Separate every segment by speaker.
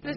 Speaker 1: This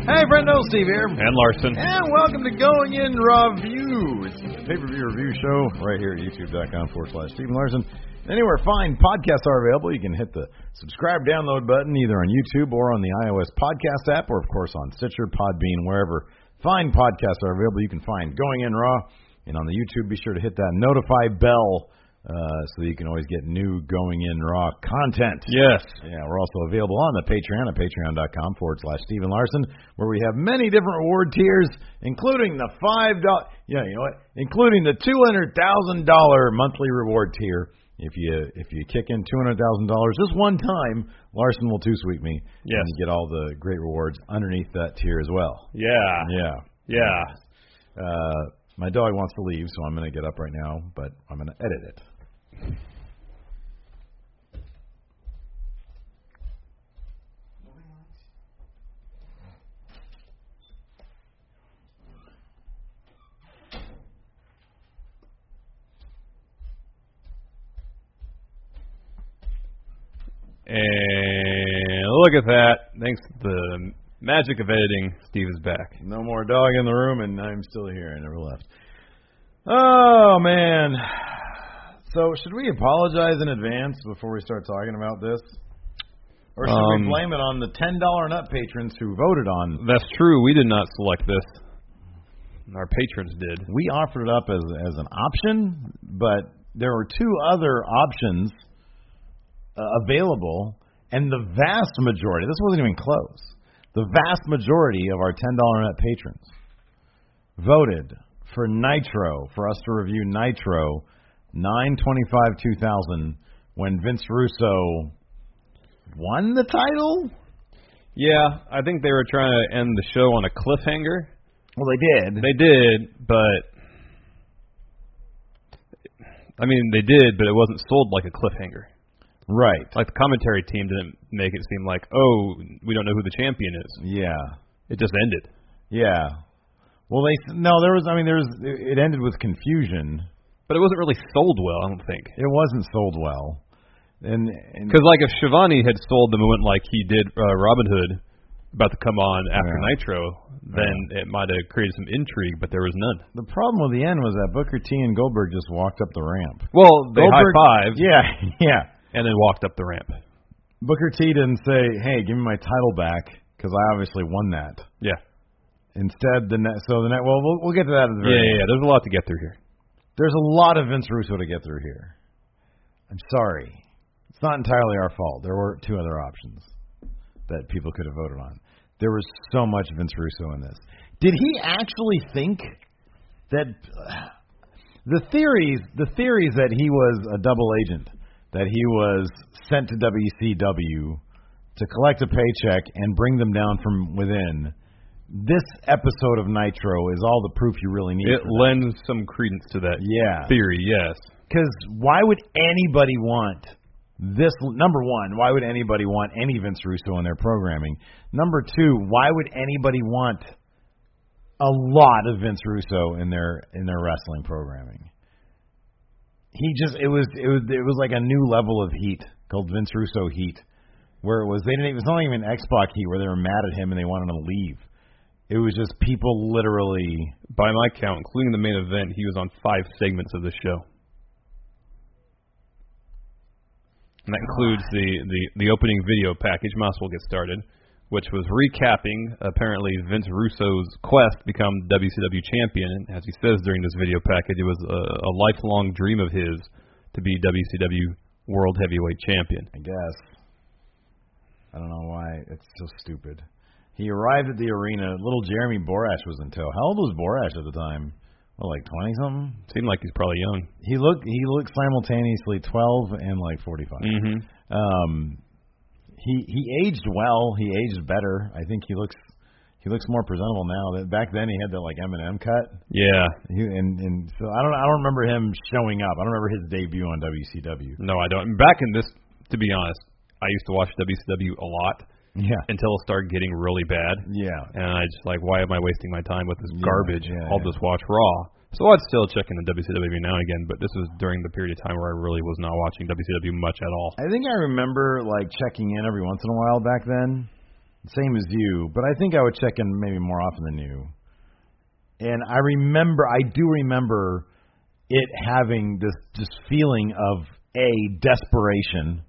Speaker 2: Hey, friendo, Steve here.
Speaker 3: And Larson.
Speaker 2: And welcome to Going In Reviews, pay per view review show right here at youtube.com forward slash Steven Larson. Anywhere fine podcasts are available, you can hit the subscribe download button either on YouTube or on the iOS podcast app, or of course on Stitcher, Podbean, wherever fine podcasts are available. You can find Going In Raw. And on the YouTube, be sure to hit that notify bell uh, so that you can always get new Going In Raw content.
Speaker 3: Yes.
Speaker 2: Yeah, we're also available on the Patreon at patreon.com forward slash Stephen Larson, where we have many different award tiers, including the five dollar yeah, you know what? Including the two hundred thousand dollar monthly reward tier. If you if you kick in two hundred thousand dollars just one time, Larson will two sweep me.
Speaker 3: Yes.
Speaker 2: And you get all the great rewards underneath that tier as well.
Speaker 3: Yeah.
Speaker 2: Yeah.
Speaker 3: Yeah.
Speaker 2: Uh my dog wants to leave, so I'm gonna get up right now, but I'm gonna edit it.
Speaker 3: And look at that. Thanks to the magic of editing, Steve is back.
Speaker 2: No more dog in the room, and I'm still here. I never left. Oh man. So should we apologize in advance before we start talking about this, or should we
Speaker 3: Um,
Speaker 2: blame it on the ten dollar and up patrons who voted on?
Speaker 3: That's true. We did not select this. Our patrons did.
Speaker 2: We offered it up as as an option, but there were two other options uh, available, and the vast majority. This wasn't even close. The vast majority of our ten dollar and up patrons voted for Nitro for us to review Nitro nine twenty five two thousand when Vince Russo won the title.
Speaker 3: Yeah, I think they were trying to end the show on a cliffhanger.
Speaker 2: Well, they did.
Speaker 3: They did, but I mean, they did, but it wasn't sold like a cliffhanger.
Speaker 2: right.
Speaker 3: Like the commentary team didn't make it seem like, oh, we don't know who the champion is.
Speaker 2: Yeah.
Speaker 3: It just ended.
Speaker 2: Yeah. Well, they no. There was. I mean, there was. It ended with confusion.
Speaker 3: But it wasn't really sold well, I don't think.
Speaker 2: It wasn't sold well. And, and
Speaker 3: Because like if Shivani had sold the moment like he did uh, Robin Hood about to come on after
Speaker 2: Yeah.
Speaker 3: Nitro, then it might have created some intrigue, but there was none.
Speaker 2: the problem with the end was that Booker T and Goldberg just walked up the ramp.
Speaker 3: Well, they high
Speaker 2: Goldberg-
Speaker 3: fived
Speaker 2: Yeah, yeah.
Speaker 3: and then walked up the ramp.
Speaker 2: Booker T didn't say, "Hey, give me my title back," because I obviously won that.
Speaker 3: Yeah.
Speaker 2: Instead, the net. So the net. Well, we'll, we'll get to that at the very.
Speaker 3: Yeah, yeah,
Speaker 2: end.
Speaker 3: yeah. There's a lot to get through here.
Speaker 2: There's a lot of Vince Russo to get through here. I'm sorry. It's not entirely our fault. There were two other options that people could have voted on. There was so much Vince Russo in this. Did he actually think that the theories the theories that he was a double agent, that he was sent to WCW to collect a paycheck and bring them down from within. This episode of Nitro is all the proof you really need.
Speaker 3: It
Speaker 2: for that.
Speaker 3: lends some credence to that
Speaker 2: Yeah.
Speaker 3: theory, yes.
Speaker 2: Because why would anybody want this? Number one, why would anybody want any Vince Russo in their programming? Number two, why would anybody want a lot of Vince Russo in their in their wrestling programming? He just it was it was it was like a new level of heat called Vince Russo heat, where it was they didn't even, it was not even X Pac heat where they were mad at him and they wanted him to leave. It was just people literally
Speaker 3: By my count, including the main event, he was on five segments of the show. And that includes the, the, the opening video package, might as well get started, which was recapping apparently Vince Russo's quest to become WCW champion. And as he says during this video package, it was a, a lifelong dream of his to be WCW World Heavyweight Champion.
Speaker 2: I guess. I don't know why. It's so stupid. He arrived at the arena. Little Jeremy Borash was in tow. How old was Borash at the time? Well, like twenty something.
Speaker 3: Seemed like he's probably young.
Speaker 2: He looked he looked simultaneously twelve and like forty five.
Speaker 3: Mm-hmm.
Speaker 2: Um, he he aged well. He aged better. I think he looks he looks more presentable now. That back then he had that like Eminem cut.
Speaker 3: Yeah.
Speaker 2: He, and and so I don't I don't remember him showing up. I don't remember his debut on WCW.
Speaker 3: No, I don't. Back in this, to be honest, I used to watch WCW a lot
Speaker 2: Yeah.
Speaker 3: until it started getting really bad,
Speaker 2: Yeah.
Speaker 3: and I just like, why am I wasting my time with this
Speaker 2: Yeah,
Speaker 3: garbage?
Speaker 2: yeah,
Speaker 3: I'll
Speaker 2: yeah.
Speaker 3: just watch Raw. So I'd still check in the WCW every now and again, but this was during the period of time where I really was not watching WCW much at all.
Speaker 2: I think I remember like checking in every once in a while back then, same as you. But I think I would check in maybe more often than you. And I remember, I do remember it having this just feeling of a desperation,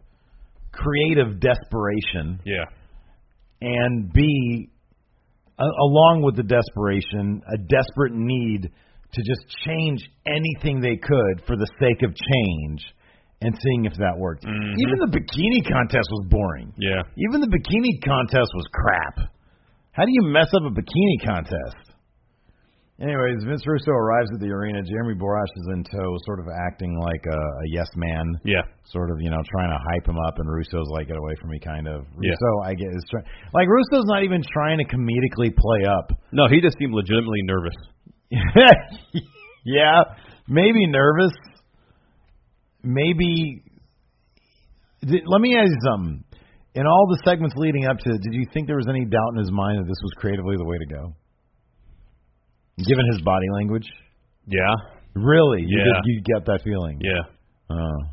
Speaker 2: creative desperation,
Speaker 3: Yeah,
Speaker 2: and b a- along with the desperation, a desperate need to just change anything they could for the sake of change and seeing if that worked. Even the bikini contest was boring.
Speaker 3: yeah.
Speaker 2: Even the bikini contest was crap. How do you mess up a bikini contest? Anyways, Vince Russo arrives at the arena. Jeremy Borash is in tow, sort of acting like a, a yes man
Speaker 3: Yeah,
Speaker 2: sort of you know trying to hype him up, and Russo's like get away from me, kind of.
Speaker 3: Yeah.
Speaker 2: Russo, I get is try- like Russo's not even trying to comedically play up.
Speaker 3: no, he just seemed legitimately nervous.
Speaker 2: yeah, maybe nervous, maybe. Did, let me ask you something. In all the segments leading up to, it, did you think there was any doubt in his mind that this was creatively the way to go? Given his body language,
Speaker 3: Yeah,
Speaker 2: really, you
Speaker 3: Yeah.
Speaker 2: did, you get that feeling.
Speaker 3: yeah.
Speaker 2: Oh.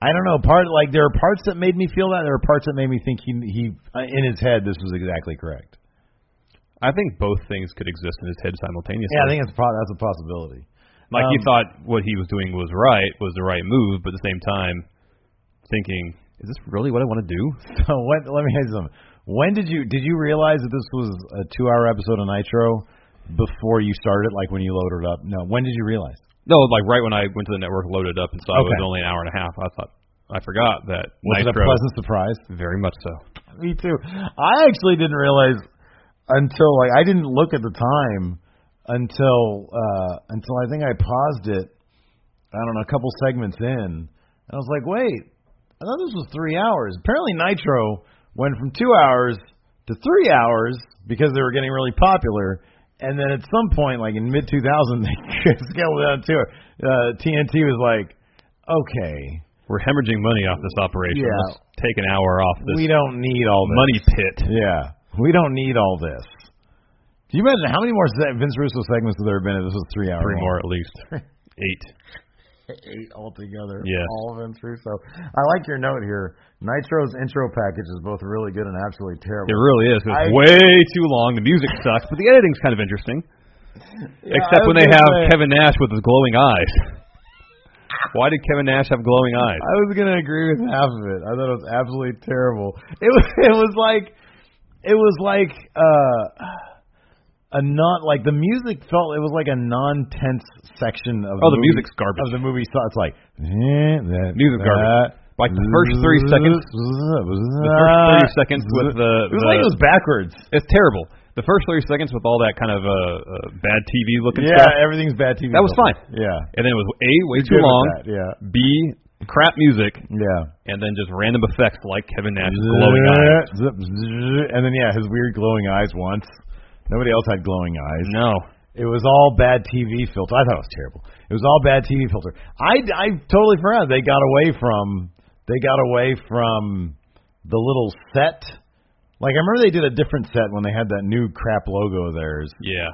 Speaker 2: I don't know. Part like there are parts that made me feel that. There are parts that made me think he he uh, in his head this was exactly correct.
Speaker 3: I think both things could exist in his head simultaneously.
Speaker 2: Yeah, I think that's a pro- that's a possibility.
Speaker 3: Like he
Speaker 2: Um,
Speaker 3: thought what he was doing was right, was the right move, but at the same time, thinking, is this really what I want to do?
Speaker 2: So what? Let me ask you something. When did you did you realize that this was a two hour episode of Nitro before you started? Like when you loaded it up? No. When did you realize?
Speaker 3: No, like right when I went to the network, loaded up, and saw it was
Speaker 2: Okay.
Speaker 3: only an hour and a half. I thought I forgot that
Speaker 2: Was it a
Speaker 3: Nitro.
Speaker 2: pleasant surprise?
Speaker 3: Very much so.
Speaker 2: Me too. I actually didn't realize until like I didn't look at the time until uh until I think I paused it. I don't know, a couple segments in, and I was like, wait, I thought this was three hours. Apparently, Nitro went from two hours to three hours because they were getting really popular. And then at some point, like in mid 2000, they scaled it down to uh, TNT was like, okay,
Speaker 3: We're hemorrhaging money off this operation.
Speaker 2: Yeah.
Speaker 3: Let's take an hour off this
Speaker 2: we don't need all this.
Speaker 3: money pit.
Speaker 2: Yeah, we don't need all this. Can you imagine how many more se- Vince Russo segments have there been? If this was three hours.
Speaker 3: Three more at least. Eight.
Speaker 2: eight altogether.
Speaker 3: Yes.
Speaker 2: all of Vince Russo. I like your note here. Nitro's intro package is both really good and absolutely
Speaker 3: It
Speaker 2: terrible.
Speaker 3: really is. It's
Speaker 2: I-
Speaker 3: way too long. The music sucks, but the editing's kind of interesting. Except
Speaker 2: I
Speaker 3: when
Speaker 2: was
Speaker 3: they
Speaker 2: gonna
Speaker 3: have
Speaker 2: say-
Speaker 3: Kevin Nash with his glowing eyes. Why did Kevin Nash have glowing eyes?
Speaker 2: I was gonna agree with half of it. I thought it was absolutely terrible. It was it was like it was like uh a non like the music felt it was like a non tense section of
Speaker 3: Oh, the
Speaker 2: movie,
Speaker 3: music's
Speaker 2: of
Speaker 3: garbage.
Speaker 2: the movie. So it's like eh, that,
Speaker 3: Music's garbage.
Speaker 2: that,
Speaker 3: Like the first three seconds-
Speaker 2: The
Speaker 3: The first 30 seconds with
Speaker 2: It
Speaker 3: the,
Speaker 2: was
Speaker 3: the
Speaker 2: like it was backwards.
Speaker 3: It's terrible. The The first 30 seconds with all that kind of uh, uh, bad TV looking
Speaker 2: yeah,
Speaker 3: stuff.
Speaker 2: everything's bad TV.
Speaker 3: That was
Speaker 2: filter.
Speaker 3: fine.
Speaker 2: Yeah.
Speaker 3: And then it was A,
Speaker 2: You're
Speaker 3: way too
Speaker 2: good with
Speaker 3: long.
Speaker 2: that, Yeah.
Speaker 3: B, crap music.
Speaker 2: Yeah.
Speaker 3: And then just random effects like Kevin Nash's glowing eyes.
Speaker 2: Zip, zip, and then yeah, his weird glowing eyes once. Nobody else had glowing eyes.
Speaker 3: No.
Speaker 2: It was all bad TV filter. I thought it was terrible. It was all bad TV filter. I I totally forgot they got away from they got away from the little set. Like I remember they did a different set when they had that new crap logo of theirs.
Speaker 3: Yeah.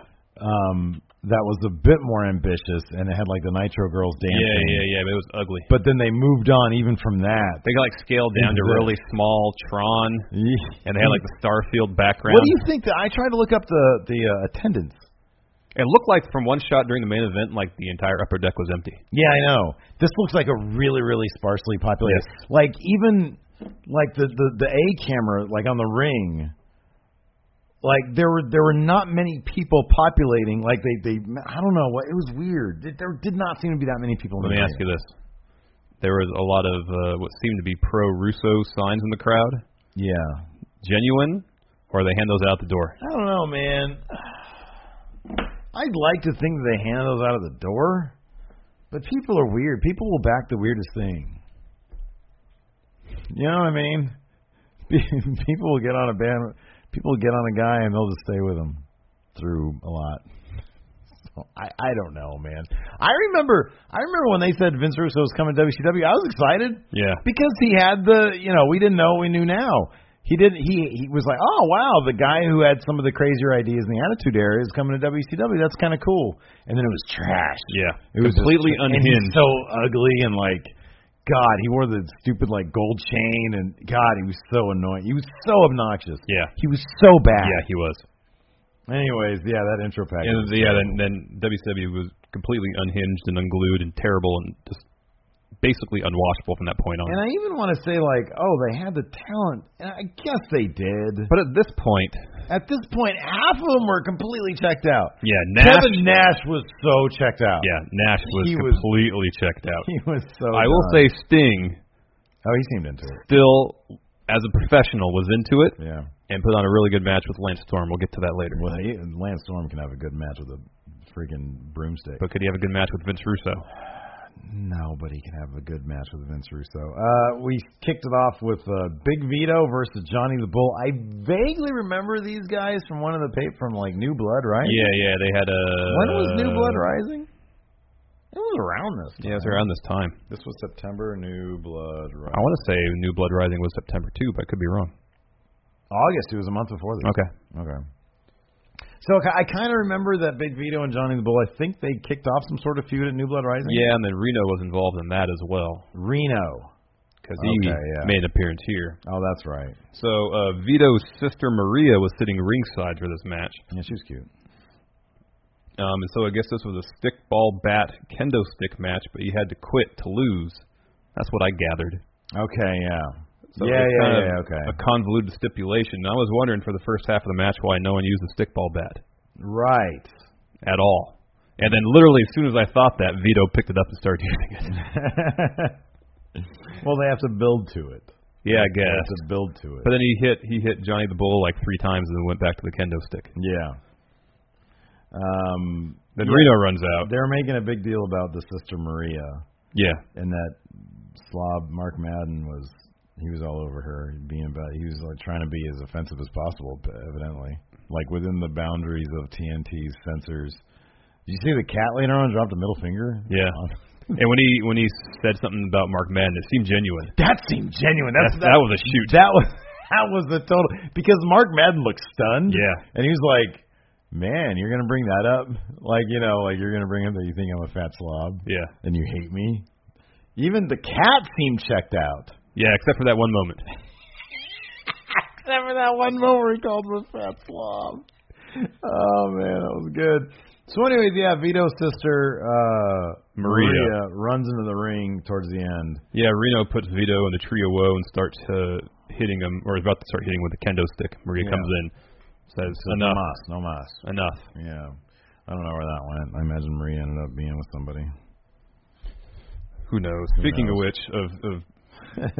Speaker 2: Um that was a bit more ambitious and it had like the Nitro Girls dancing.
Speaker 3: Yeah, yeah, yeah. But it was ugly.
Speaker 2: But then they moved on even from that.
Speaker 3: They got like scaled down to
Speaker 2: Exactly.
Speaker 3: really small Tron, and they had like the Starfield background.
Speaker 2: What do you think? That, I tried to look up the the uh, attendance.
Speaker 3: It looked like from one shot during the main event, like the entire upper deck was empty.
Speaker 2: Yeah, I know. This looks like a really, really sparsely populated. Like even like the, the the A camera, like on the ring. Like there were there were not many people populating. Like they they I don't know what it was weird. There- There did not seem to be that many people.
Speaker 3: Let
Speaker 2: in
Speaker 3: me
Speaker 2: the
Speaker 3: ask you this: there was a lot of uh, what seemed to be pro Russo signs in the crowd.
Speaker 2: you. Yeah,
Speaker 3: Genuine, or they hand those out the door.
Speaker 2: I don't know, man. I'd like to think that they hand those out of the door, but people are weird. People will back the weirdest thing. You know what I mean? People will get on a band. People will get on a guy and they'll just stay with him through a lot. So I I don't know, man. I remember I remember when they said Vince Russo was coming to WCW. I was excited.
Speaker 3: Yeah.
Speaker 2: Because he had the, you know, we didn't know what we knew now. He did. He he was like, oh wow, the guy who had some of the crazier ideas in the Attitude Era is coming to WCW. That's kind of cool. And then it was trash. It
Speaker 3: Yeah,
Speaker 2: was
Speaker 3: completely
Speaker 2: just- And he's
Speaker 3: unhinged.
Speaker 2: so ugly and like, God, he wore the stupid like gold chain and God, he was so annoying. He was so obnoxious.
Speaker 3: Yeah.
Speaker 2: He was so bad.
Speaker 3: yeah, he was.
Speaker 2: Anyways, yeah, that intro package.
Speaker 3: And yeah, then then WCW was completely unhinged and unglued and terrible and just basically unwashable from that point on.
Speaker 2: And I even want to say like, oh, they had the talent. And I guess they did.
Speaker 3: but at this point,
Speaker 2: At this point, half of them were completely checked out.
Speaker 3: yeah, Nash.
Speaker 2: Kevin Nash was so checked out.
Speaker 3: yeah, Nash was
Speaker 2: He was-
Speaker 3: completely checked out.
Speaker 2: He was so.
Speaker 3: I will
Speaker 2: done.
Speaker 3: say Sting
Speaker 2: Oh, he seemed into it.
Speaker 3: still, as a professional, was into it
Speaker 2: Yeah.
Speaker 3: and put on a really good match with Lance Storm. We'll get to that later.
Speaker 2: Well, he, Lance Storm can have a good match with a freaking broomstick.
Speaker 3: But could he have a good match with Vince Russo?
Speaker 2: Nobody can have a good match with Vince Russo. Uh, we kicked it off with uh, Big Vito versus Johnny the Bull. I vaguely remember these guys from one of the pay from like New Blood, right?
Speaker 3: Yeah, yeah, they had a.
Speaker 2: When was New Blood Rising? It was around this. Time.
Speaker 3: Yeah, it was around this time.
Speaker 2: This was September. New Blood
Speaker 3: I want to say New Blood Rising was September too, but I could be wrong.
Speaker 2: August. It was a month before this.
Speaker 3: Okay.
Speaker 2: Okay. So I kind of remember that Big Vito and Johnny the Bull. I think they kicked off some sort of feud at New Blood Rising.
Speaker 3: Yeah, and then Reno was involved in that as well
Speaker 2: Reno.
Speaker 3: because he
Speaker 2: Okay, yeah.
Speaker 3: made an appearance here.
Speaker 2: Oh, that's right.
Speaker 3: So uh, Vito's sister Maria was sitting ringside for this match,
Speaker 2: Yeah, she was cute.
Speaker 3: um, and so I guess this was a stick ball bat kendo stick match, but he had to quit to lose. That's what I gathered.
Speaker 2: Okay, yeah.
Speaker 3: So
Speaker 2: yeah,
Speaker 3: it's
Speaker 2: yeah,
Speaker 3: kind of
Speaker 2: yeah, okay.
Speaker 3: A convoluted stipulation. And I was wondering for the first half of the match why no one used the stickball bat
Speaker 2: Right.
Speaker 3: at all. And then literally as soon as I thought that, Vito picked it up and started using it.
Speaker 2: well, they have to build to it.
Speaker 3: yeah, I
Speaker 2: They
Speaker 3: guess.
Speaker 2: have to build to it.
Speaker 3: But then he hit he hit Johnny the Bull like three times and then went back to the kendo stick.
Speaker 2: yeah. Um,
Speaker 3: Then
Speaker 2: yeah,
Speaker 3: Reno runs out.
Speaker 2: They're making a big deal about the sister Maria
Speaker 3: Yeah.
Speaker 2: and that slob Mark Madden was. He was all over her, being about. He was like trying to be as offensive as possible, but evidently, like within the boundaries of TNT's censors. Did you see the cat later on dropped a middle finger?
Speaker 3: Yeah. And when he when he said something about Mark Madden, it seemed genuine.
Speaker 2: That seemed genuine. That's,
Speaker 3: That, that was a shoot.
Speaker 2: That was that was the total because Mark Madden looked stunned. and
Speaker 3: Yeah.
Speaker 2: he was like, "Man, you're gonna bring that up? Like, you know, like you're gonna bring up that you think I'm a fat slob
Speaker 3: Yeah.
Speaker 2: and you hate me." Even the cat seemed checked out.
Speaker 3: Yeah, except for that one moment.
Speaker 2: Except for that one moment where he called him a fat slob. Oh man, that was good. So, anyways, yeah, Vito's sister uh,
Speaker 3: Maria.
Speaker 2: Maria runs into the ring towards the end.
Speaker 3: Yeah, Reno puts Vito in the trio woe and starts uh, hitting him, or is about to start hitting with a kendo stick. Maria
Speaker 2: Yeah.
Speaker 3: comes in, says,
Speaker 2: no
Speaker 3: "Enough,
Speaker 2: mas, no mas.
Speaker 3: enough."
Speaker 2: Yeah. I don't know where that went. I imagine Maria ended up being with somebody.
Speaker 3: Who knows? Speaking
Speaker 2: knows?
Speaker 3: of which, of, of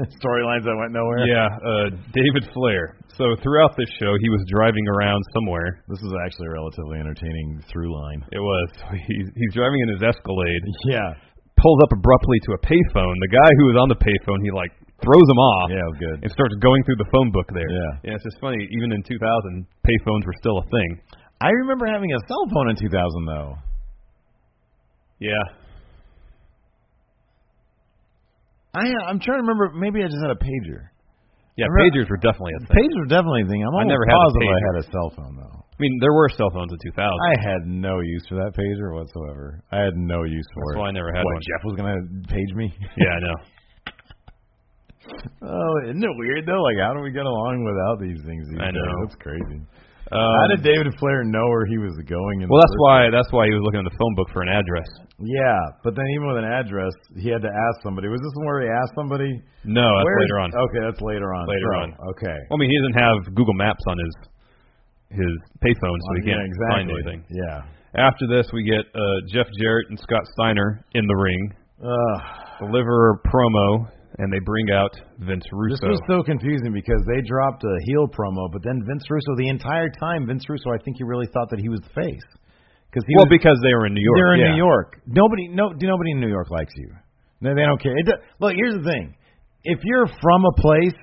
Speaker 2: storylines that went nowhere.
Speaker 3: Yeah, uh, David Flair. So throughout this show, he was driving around somewhere.
Speaker 2: This is actually a relatively entertaining through line.
Speaker 3: It was. He's, he's driving in his Escalade,
Speaker 2: Yeah.
Speaker 3: pulls up abruptly to a payphone. The guy who was on the payphone, he like throws him off.
Speaker 2: Yeah, it was good.
Speaker 3: And starts going through the phone book there.
Speaker 2: Yeah.
Speaker 3: Yeah, it's just funny. Even in 2000, payphones were still a thing.
Speaker 2: I remember having a cell phone in 2000 though.
Speaker 3: Yeah.
Speaker 2: I I'm trying to remember. Maybe I just had a pager.
Speaker 3: Yeah,
Speaker 2: I remember-
Speaker 3: pagers were definitely a thing.
Speaker 2: Pagers were definitely a thing. I'm almost
Speaker 3: never had a
Speaker 2: positive I
Speaker 3: pager.
Speaker 2: had a cell phone though.
Speaker 3: I mean, there were cell phones in 2000.
Speaker 2: I had no use for that pager whatsoever. I had no use for it.
Speaker 3: That's why I never had
Speaker 2: what,
Speaker 3: one.
Speaker 2: Jeff was gonna page me.
Speaker 3: yeah, I know.
Speaker 2: oh, isn't it weird though? Like, how do we get along without these things? These
Speaker 3: I
Speaker 2: days?
Speaker 3: know.
Speaker 2: that's crazy. how
Speaker 3: Um,
Speaker 2: did David Flair know where he was going? In
Speaker 3: well,
Speaker 2: the
Speaker 3: that's
Speaker 2: first
Speaker 3: why that's why he was looking in the phone book for an address.
Speaker 2: Yeah, but then even with an address, he had to ask somebody. Was this where he asked somebody?
Speaker 3: No, that's
Speaker 2: Where-
Speaker 3: later on.
Speaker 2: Okay, that's later on.
Speaker 3: Later
Speaker 2: So,
Speaker 3: on.
Speaker 2: Okay.
Speaker 3: Well, I mean, he doesn't have Google Maps on his his payphone, so he
Speaker 2: Yeah,
Speaker 3: can't
Speaker 2: exactly.
Speaker 3: find anything.
Speaker 2: Yeah.
Speaker 3: After this, we get uh, Jeff Jarrett and Scott Steiner in the ring,
Speaker 2: Ugh.
Speaker 3: deliver a promo, and they bring out Vince
Speaker 2: This
Speaker 3: Russo.
Speaker 2: was so confusing because they dropped a heel promo, but then Vince Russo the entire time, Vince Russo, I think he really thought that he was the face because he
Speaker 3: well,
Speaker 2: was
Speaker 3: because they were in New York.
Speaker 2: They're in
Speaker 3: yeah.
Speaker 2: New York. Nobody, no, nobody in New York likes you. No, they don't care. It, do- look, here's the thing: if you're from a place,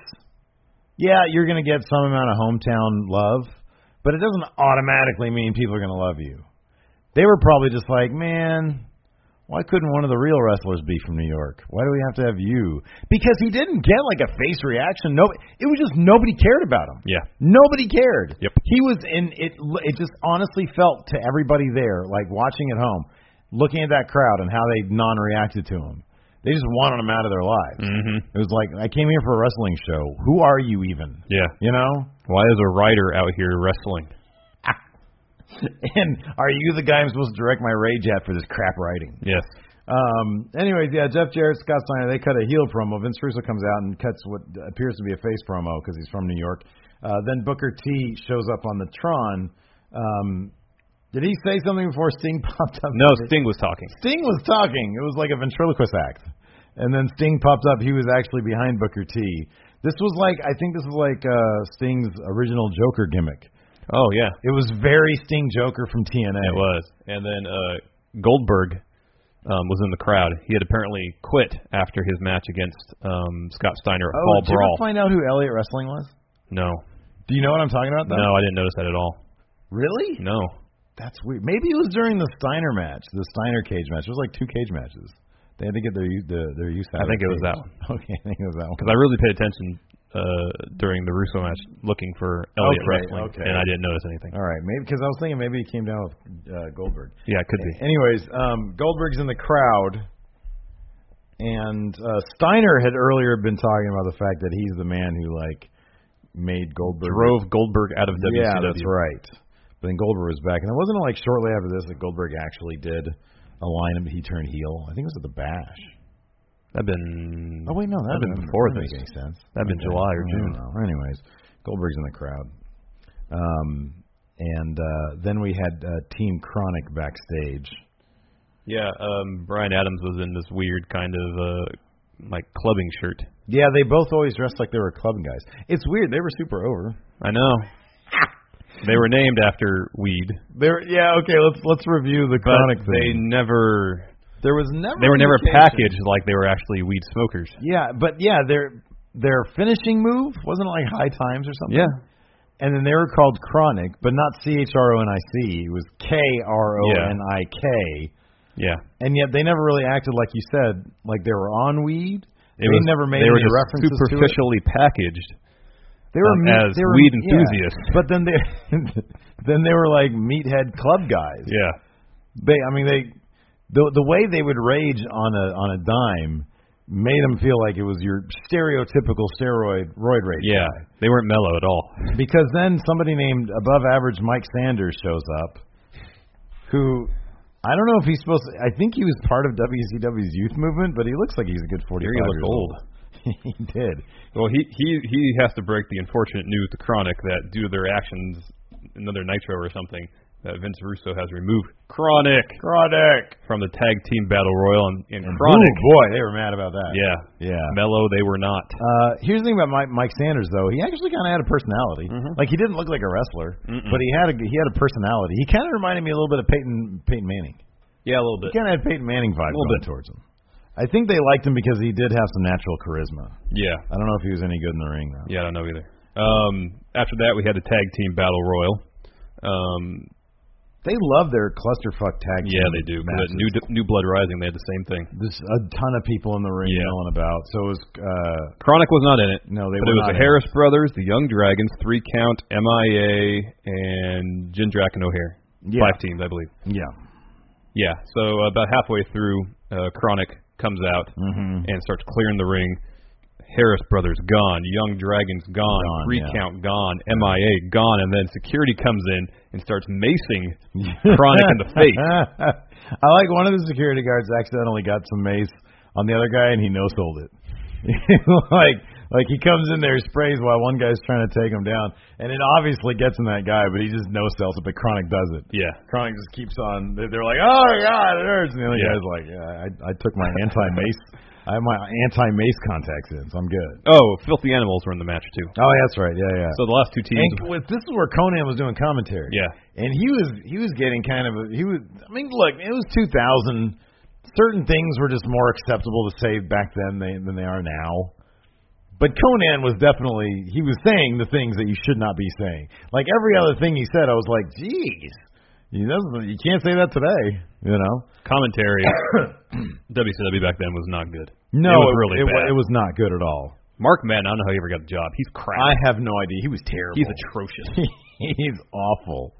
Speaker 2: yeah, you're gonna get some amount of hometown love, but it doesn't automatically mean people are gonna love you. They were probably just like, man, why couldn't one of the real wrestlers be from New York? Why do we have to have you? Because he didn't get like a face reaction. No, it was just nobody cared about him.
Speaker 3: Yeah.
Speaker 2: Nobody cared.
Speaker 3: Yep.
Speaker 2: He was in it. It just honestly felt to everybody there, like watching at home, looking at that crowd and how they non-reacted to him. They just wanted him out of their lives.
Speaker 3: Mhm.
Speaker 2: It was like I came here for a wrestling show. Who are you even?
Speaker 3: Yeah.
Speaker 2: You know.
Speaker 3: Why is a writer out here wrestling?
Speaker 2: And are you the guy I'm supposed to direct my rage at for this crap writing?
Speaker 3: Yes.
Speaker 2: Um, anyways, yeah, Jeff Jarrett, Scott Steiner, they cut a heel promo. Vince Russo comes out and cuts what appears to be a face promo because he's from New York. Uh, then Booker T shows up on the Tron. Um, did he say something before Sting popped up?
Speaker 3: No, Sting was talking.
Speaker 2: Sting was talking. It was like a ventriloquist act. And then Sting popped up. He was actually behind Booker T. This was like, I think this was like uh, Sting's original Joker gimmick.
Speaker 3: Oh yeah,
Speaker 2: It was very Sting Joker from TNA.
Speaker 3: it was. And then uh, Goldberg um, was in the crowd. He had apparently quit after his match against um, Scott Steiner at
Speaker 2: Oh,
Speaker 3: Fall
Speaker 2: did you
Speaker 3: Brawl.
Speaker 2: ever find out who Elliot Wrestling was?
Speaker 3: no,
Speaker 2: Do you know what I'm talking about? Though?
Speaker 3: no, I didn't notice that at all.
Speaker 2: Really?
Speaker 3: No.
Speaker 2: That's weird. Maybe it was during the Steiner match, the Steiner cage match. It was like two cage matches. They had to get their u- the, their use out.
Speaker 3: I
Speaker 2: of
Speaker 3: think
Speaker 2: the
Speaker 3: it was
Speaker 2: cage.
Speaker 3: that one.
Speaker 2: Okay, I think it was that one.
Speaker 3: because I really paid attention uh during the Russo match looking for Elliot
Speaker 2: Okay,
Speaker 3: wrestling,
Speaker 2: okay.
Speaker 3: and I didn't notice anything.
Speaker 2: All right, maybe because I was thinking maybe he came down with uh, Goldberg.
Speaker 3: Yeah, it could be.
Speaker 2: Anyways, um, Goldberg's in the crowd, and uh, Steiner had earlier been talking about the fact that he's the man who like made Goldberg
Speaker 3: Drove Goldberg out of WCW.
Speaker 2: Yeah, that's right. But then Goldberg was back, and it wasn't like shortly after this that Goldberg actually did align him. He turned heel. I think it was at the Bash.
Speaker 3: That'd been.
Speaker 2: Oh wait, no, that
Speaker 3: that'd been
Speaker 2: doesn't-
Speaker 3: before
Speaker 2: that
Speaker 3: this.
Speaker 2: doesn't Make any sense.
Speaker 3: That'd been
Speaker 2: Okay.
Speaker 3: July or
Speaker 2: I
Speaker 3: June.
Speaker 2: don't know. Anyways, Goldberg's in the crowd. Um, and uh, then we had uh, Team Chronic backstage.
Speaker 3: Yeah, um, Brian Adams was in this weird kind of uh like clubbing shirt.
Speaker 2: Yeah, they both always dressed like they were club guys. It's weird. They were super over.
Speaker 3: I know. they were named after weed,
Speaker 2: They were, yeah. Okay, let's let's review the
Speaker 3: but
Speaker 2: Chronic
Speaker 3: they
Speaker 2: thing.
Speaker 3: never
Speaker 2: there was never
Speaker 3: they were never
Speaker 2: indication-
Speaker 3: packaged like they were actually weed smokers.
Speaker 2: Yeah, but yeah, their their finishing move wasn't it like high times or something. and then they were called Chronic, but not C H R O N I C. It was K R O N I K.
Speaker 3: yeah.
Speaker 2: And yet they never really acted like you said, like they were on weed.
Speaker 3: It
Speaker 2: they
Speaker 3: was,
Speaker 2: never made
Speaker 3: they were
Speaker 2: any
Speaker 3: just
Speaker 2: references to it.
Speaker 3: superficially packaged.
Speaker 2: They were
Speaker 3: um,
Speaker 2: meat-
Speaker 3: as
Speaker 2: they were,
Speaker 3: weed
Speaker 2: yeah.
Speaker 3: enthusiasts.
Speaker 2: But then they then they were like meathead club guys.
Speaker 3: Yeah.
Speaker 2: They I mean they the the way they would rage on a on a dime made them feel like it was your stereotypical steroid roid rage.
Speaker 3: Yeah, they weren't mellow at all.
Speaker 2: Because then somebody named above average Mike Sanders shows up, who I don't know if he's supposed. To, I think he was part of WCW's youth movement, but he looks like he's a good forty-five
Speaker 3: Here he
Speaker 2: years
Speaker 3: looked old.
Speaker 2: he did.
Speaker 3: Well, he he he has to break the unfortunate news to Chronic that due to their actions, another Nitro or something, that Vince Russo has removed Chronic
Speaker 2: Chronic.
Speaker 3: from the tag team battle royal, and, and,
Speaker 2: And
Speaker 3: Chronic,
Speaker 2: ooh, boy, they were mad about that.
Speaker 3: yeah,
Speaker 2: Yeah.
Speaker 3: Mello, they were not.
Speaker 2: Uh, here's the thing about Mike, Mike Sanders though. He actually kind of had a personality. Like he didn't look like a wrestler,
Speaker 3: Mm-hmm. Mm-mm.
Speaker 2: but he had a he had a personality. He kind of reminded me a little bit of Peyton Peyton Manning.
Speaker 3: Yeah, a little
Speaker 2: He
Speaker 3: bit.
Speaker 2: kind of had Peyton Manning vibe
Speaker 3: A little
Speaker 2: going
Speaker 3: bit.
Speaker 2: towards him. I think they liked him because he did have some natural charisma.
Speaker 3: Yeah,
Speaker 2: I don't know if he was any good in the ring though.
Speaker 3: yeah, I don't know either. Um, after that, we had the tag team battle royal. Um,
Speaker 2: They love their clusterfuck tag.
Speaker 3: yeah,
Speaker 2: team
Speaker 3: they do. But
Speaker 2: matches.
Speaker 3: New New Blood Rising, they had the same thing.
Speaker 2: There's a ton of people in the ring
Speaker 3: Yeah.
Speaker 2: yelling about. So it was uh,
Speaker 3: Chronic was not in it.
Speaker 2: no, they
Speaker 3: but
Speaker 2: were
Speaker 3: it was
Speaker 2: not
Speaker 3: the
Speaker 2: in
Speaker 3: Harris brothers, the Young Dragons, Three Count, MIA, and Jin Drac and O'Hare.
Speaker 2: Yeah.
Speaker 3: Five teams, I believe.
Speaker 2: Yeah.
Speaker 3: Yeah. So about halfway through, uh, Chronic comes out
Speaker 2: Mm-hmm.
Speaker 3: and starts clearing the ring. Harris brothers gone, Young Dragons gone,
Speaker 2: Gone,
Speaker 3: Three
Speaker 2: yeah.
Speaker 3: Count gone, MIA gone, and then security comes in and starts macing Chronic in the face.
Speaker 2: I like one of the security guards accidentally got some mace on the other guy, and he no sold it. like like he comes in there, sprays while one guy's trying to take him down, and it obviously gets in that guy, but he just no sells it. But Chronic does it.
Speaker 3: Yeah.
Speaker 2: Chronic just keeps on. they- They're like, oh god, it hurts. And the other
Speaker 3: Yeah.
Speaker 2: guy's like, yeah, I, I took my anti mace, I have my anti mace contacts in, so I'm good.
Speaker 3: Oh, Filthy Animals were in the match too.
Speaker 2: Oh, that's right. Yeah, yeah.
Speaker 3: So the last two teams.
Speaker 2: And with, this is where Conan was doing commentary.
Speaker 3: Yeah.
Speaker 2: and he was he was getting kind of a, he was. I mean, look, it was 2000. Certain things were just more acceptable to say back then than, than they are now. But Conan was definitely he was saying the things that you should not be saying. Like every other thing he said, I was like, "Geez, you know, you can't say that today." You know?
Speaker 3: commentary WCW back then was not good.
Speaker 2: No,
Speaker 3: it was
Speaker 2: it,
Speaker 3: really
Speaker 2: wa-
Speaker 3: bad.
Speaker 2: it was not good at all.
Speaker 3: Mark Madden. I don't know how he ever got the job. He's crap.
Speaker 2: I have no idea. He was terrible.
Speaker 3: He's atrocious.
Speaker 2: He's awful.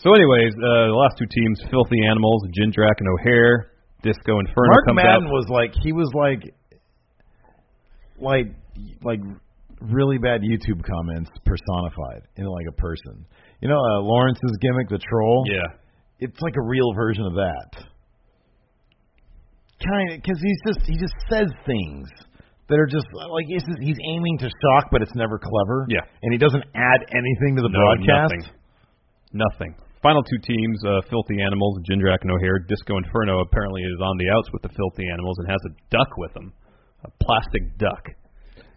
Speaker 3: so, anyways, uh, the last two teams, Filthy Animals, Jindrak and O'Hare, Disco Inferno
Speaker 2: Mark
Speaker 3: comes
Speaker 2: Madden
Speaker 3: out.
Speaker 2: was like he was like like like really bad YouTube comments personified in like a person. You know, uh, Lawrence's gimmick, the troll.
Speaker 3: yeah,
Speaker 2: it's like a real version of that. Kind of, because he's just he just says things that are just uh, like he's just, he's aiming to shock, but it's never clever.
Speaker 3: Yeah.
Speaker 2: and he doesn't add anything to the
Speaker 3: no,
Speaker 2: broadcast.
Speaker 3: nothing, nothing. Final two teams, uh, Filthy Animals, Jindrak and O'Hare, Disco Inferno. Apparently, is on the outs with the Filthy Animals and has a duck with him, a plastic duck.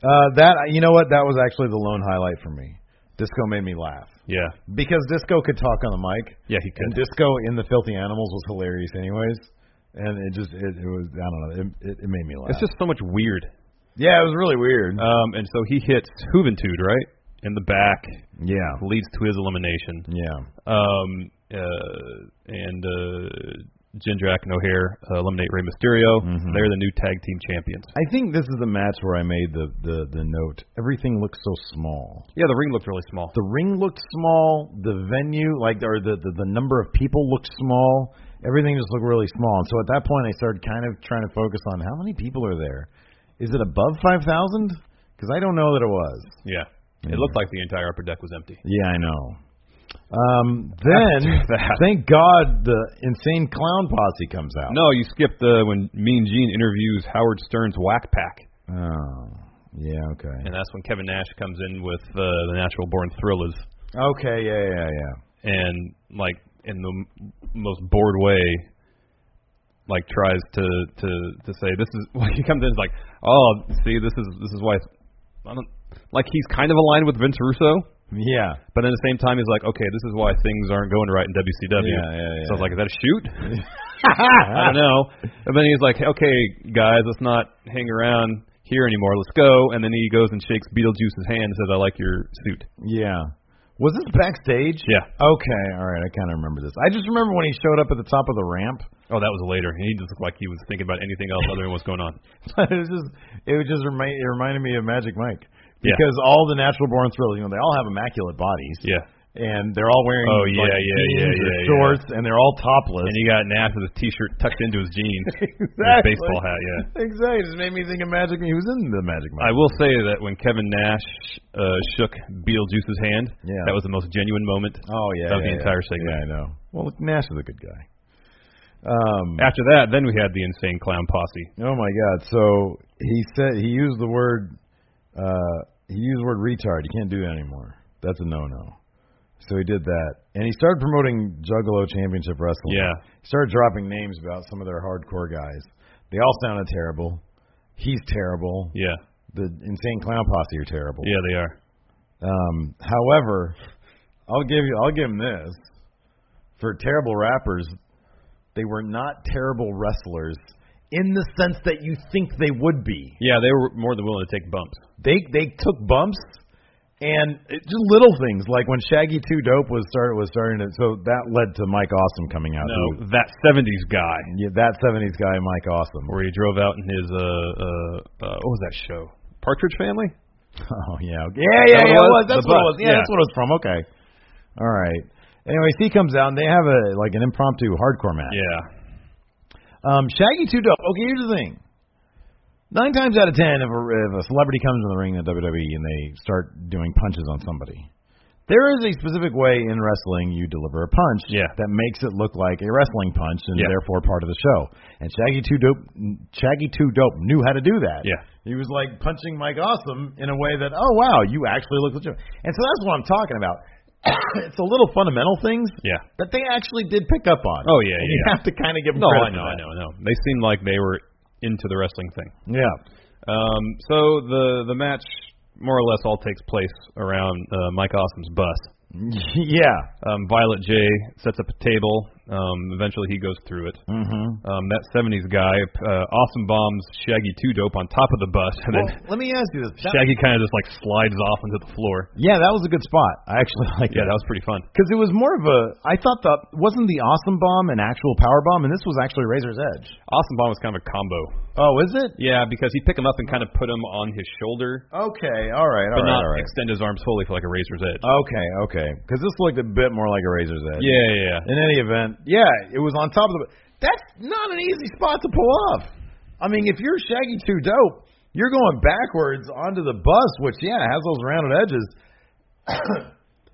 Speaker 2: Uh, that you know what? That was actually the lone highlight for me. Disco made me laugh.
Speaker 3: Yeah,
Speaker 2: Because Disco could talk on the mic.
Speaker 3: yeah, he could.
Speaker 2: And Disco in the Filthy Animals was hilarious, anyways. And it just it, it was I don't know it, it it made me laugh.
Speaker 3: it's just so much weird.
Speaker 2: yeah, it was really weird.
Speaker 3: Um, and so he hits Juventud right in the back,
Speaker 2: yeah,
Speaker 3: leads to his elimination.
Speaker 2: yeah.
Speaker 3: Um, uh, and uh, Jindrak and O'Hare uh, eliminate Rey Mysterio. They're the new tag team champions.
Speaker 2: I think this is the match where I made the the the note. Everything looks so small.
Speaker 3: Yeah, the ring looked really small.
Speaker 2: The ring looked small. The venue, like or the the, the number of people looked small. Everything just looked really small. And so at that point, I started kind of trying to focus on how many people are there. Is it above five thousand? Because I don't know that it was.
Speaker 3: Yeah. It looked like the entire upper deck was empty.
Speaker 2: Yeah, I know. Um, then,
Speaker 3: After that-
Speaker 2: thank God, the insane clown posse comes out.
Speaker 3: No, you skipped the when Mean Gene interviews Howard Stern's Whack Pack,
Speaker 2: Oh, yeah, okay.
Speaker 3: and that's when Kevin Nash comes in with uh, the Natural Born Thrillers,
Speaker 2: Okay, yeah, yeah, yeah.
Speaker 3: and like in the m- most bored way, like tries to to to say this is like he comes in is like oh see this is this is why I don't like he's kind of aligned with Vince Russo,
Speaker 2: Yeah.
Speaker 3: but at the same time he's like okay this is why things aren't going right in WCW.
Speaker 2: Yeah, yeah, yeah.
Speaker 3: So I was like is that a shoot? I don't know. And then he's like okay guys let's not hang around here anymore let's go. And then he goes and shakes Beetlejuice's hand and says I like your suit.
Speaker 2: Yeah. Was this backstage?
Speaker 3: Yeah.
Speaker 2: Okay, all right, I kind of remember this. I just remember when he showed up at the top of the ramp.
Speaker 3: Oh that was later. He just looked like he was thinking about anything else other than what's going on.
Speaker 2: it was just, it was just remi- it reminded me of Magic Mike.
Speaker 3: Yeah.
Speaker 2: Because all the natural born thrillers, you know, they all have immaculate bodies.
Speaker 3: Yeah.
Speaker 2: And they're all wearing
Speaker 3: Oh, yeah,
Speaker 2: like,
Speaker 3: yeah, yeah,
Speaker 2: jeans or
Speaker 3: yeah, yeah.
Speaker 2: shorts, and they're all topless.
Speaker 3: And he got Nash with his t-shirt tucked into his jeans, and his
Speaker 2: exactly.
Speaker 3: baseball hat. Yeah.
Speaker 2: Exactly. Just made me think of Magic. He was in the Magic Mike.
Speaker 3: I will say that when Kevin Nash uh, shook Beetlejuice's hand,
Speaker 2: Yeah.
Speaker 3: that was the most genuine moment.
Speaker 2: oh yeah.
Speaker 3: Of the
Speaker 2: yeah, yeah.
Speaker 3: entire segment.
Speaker 2: Yeah, I know. Well, look, Nash is a good guy. Um.
Speaker 3: After that, then we had the insane clown posse.
Speaker 2: Oh my God. So he said he used the word. Uh, he used the word retard. You can't do that anymore. That's a no no. So he did that, and he started promoting Juggalo Championship Wrestling.
Speaker 3: Yeah.
Speaker 2: he started dropping names about some of their hardcore guys. They all sounded terrible. He's terrible.
Speaker 3: Yeah.
Speaker 2: The Insane Clown Posse are terrible.
Speaker 3: Yeah, they are.
Speaker 2: Um, however, I'll give you, I'll give him this. For terrible rappers, they were not terrible wrestlers in the sense that you think they would be.
Speaker 3: Yeah, they were more than willing to take bumps.
Speaker 2: They they took bumps and it, just little things like when Shaggy Two Dope was started was starting to so that led to Mike Awesome coming out. who-
Speaker 3: No, that 70s guy
Speaker 2: yeah, that seventies guy Mike Awesome.
Speaker 3: where he drove out in his uh uh, uh what was that show? Partridge Family?
Speaker 2: Oh yeah, okay. yeah, yeah, yeah.
Speaker 3: what it
Speaker 2: it
Speaker 3: was?
Speaker 2: was. That's
Speaker 3: The
Speaker 2: what it
Speaker 3: bus,
Speaker 2: was. Yeah,
Speaker 3: yeah.
Speaker 2: that's what it was from. Okay, all right. Anyways, he comes out and they have a like an impromptu hardcore match.
Speaker 3: Yeah.
Speaker 2: Um, Shaggy Two Dope. Okay, here's the thing. Nine times out of ten, if a, if a celebrity comes in the ring in the WWE E and they start doing punches on somebody, there is a specific way in wrestling you deliver a punch
Speaker 3: Yeah.
Speaker 2: that makes it look like a wrestling punch and
Speaker 3: Yeah.
Speaker 2: therefore part of the show. And Shaggy Two Dope, Shaggy Two Dope knew how to do that.
Speaker 3: Yeah.
Speaker 2: he was like punching Mike Awesome in a way that oh wow, you actually look legit. And so that's what I'm talking about. it's the little fundamental things
Speaker 3: Yeah.
Speaker 2: that they actually did pick up on.
Speaker 3: Oh,
Speaker 2: and
Speaker 3: yeah, yeah,
Speaker 2: you
Speaker 3: yeah.
Speaker 2: have to kind of give them
Speaker 3: No, I
Speaker 2: credit
Speaker 3: know,
Speaker 2: for
Speaker 3: I
Speaker 2: that.
Speaker 3: know, I know. They seemed like they were into the wrestling thing.
Speaker 2: Yeah.
Speaker 3: Um so the the match more or less all takes place around uh, Mike Awesome's bus.
Speaker 2: yeah.
Speaker 3: Um, Violet J sets up a table. Um, eventually, he goes through it.
Speaker 2: Mm-hmm.
Speaker 3: Um, that '70s guy, uh, awesome bombs Shaggy Two Dope on top of the bus, and
Speaker 2: Well,
Speaker 3: then
Speaker 2: let me ask you this. That-
Speaker 3: Shaggy kind of just like slides off onto the floor.
Speaker 2: yeah, that was a good spot. I actually like
Speaker 3: Yeah, that was pretty fun.
Speaker 2: Because it was more of a. I thought the wasn't the awesome bomb an actual power bomb, and this was actually Razor's Edge.
Speaker 3: Awesome bomb was kind of a combo.
Speaker 2: Oh, is it?
Speaker 3: Yeah, because he'd pick him up and kind of put him on his shoulder,
Speaker 2: Okay. All right.
Speaker 3: but
Speaker 2: all right.
Speaker 3: not
Speaker 2: all right. Oh,
Speaker 3: extend his arms fully for like a razor's edge.
Speaker 2: okay. Okay. Because this looked a bit more like a Razor's Edge.
Speaker 3: yeah, yeah, yeah.
Speaker 2: In any event, yeah, it was on top of the. That's not an easy spot to pull off. I mean, if you're Shaggy Two Dope, you're going backwards onto the bus, which yeah has those rounded edges.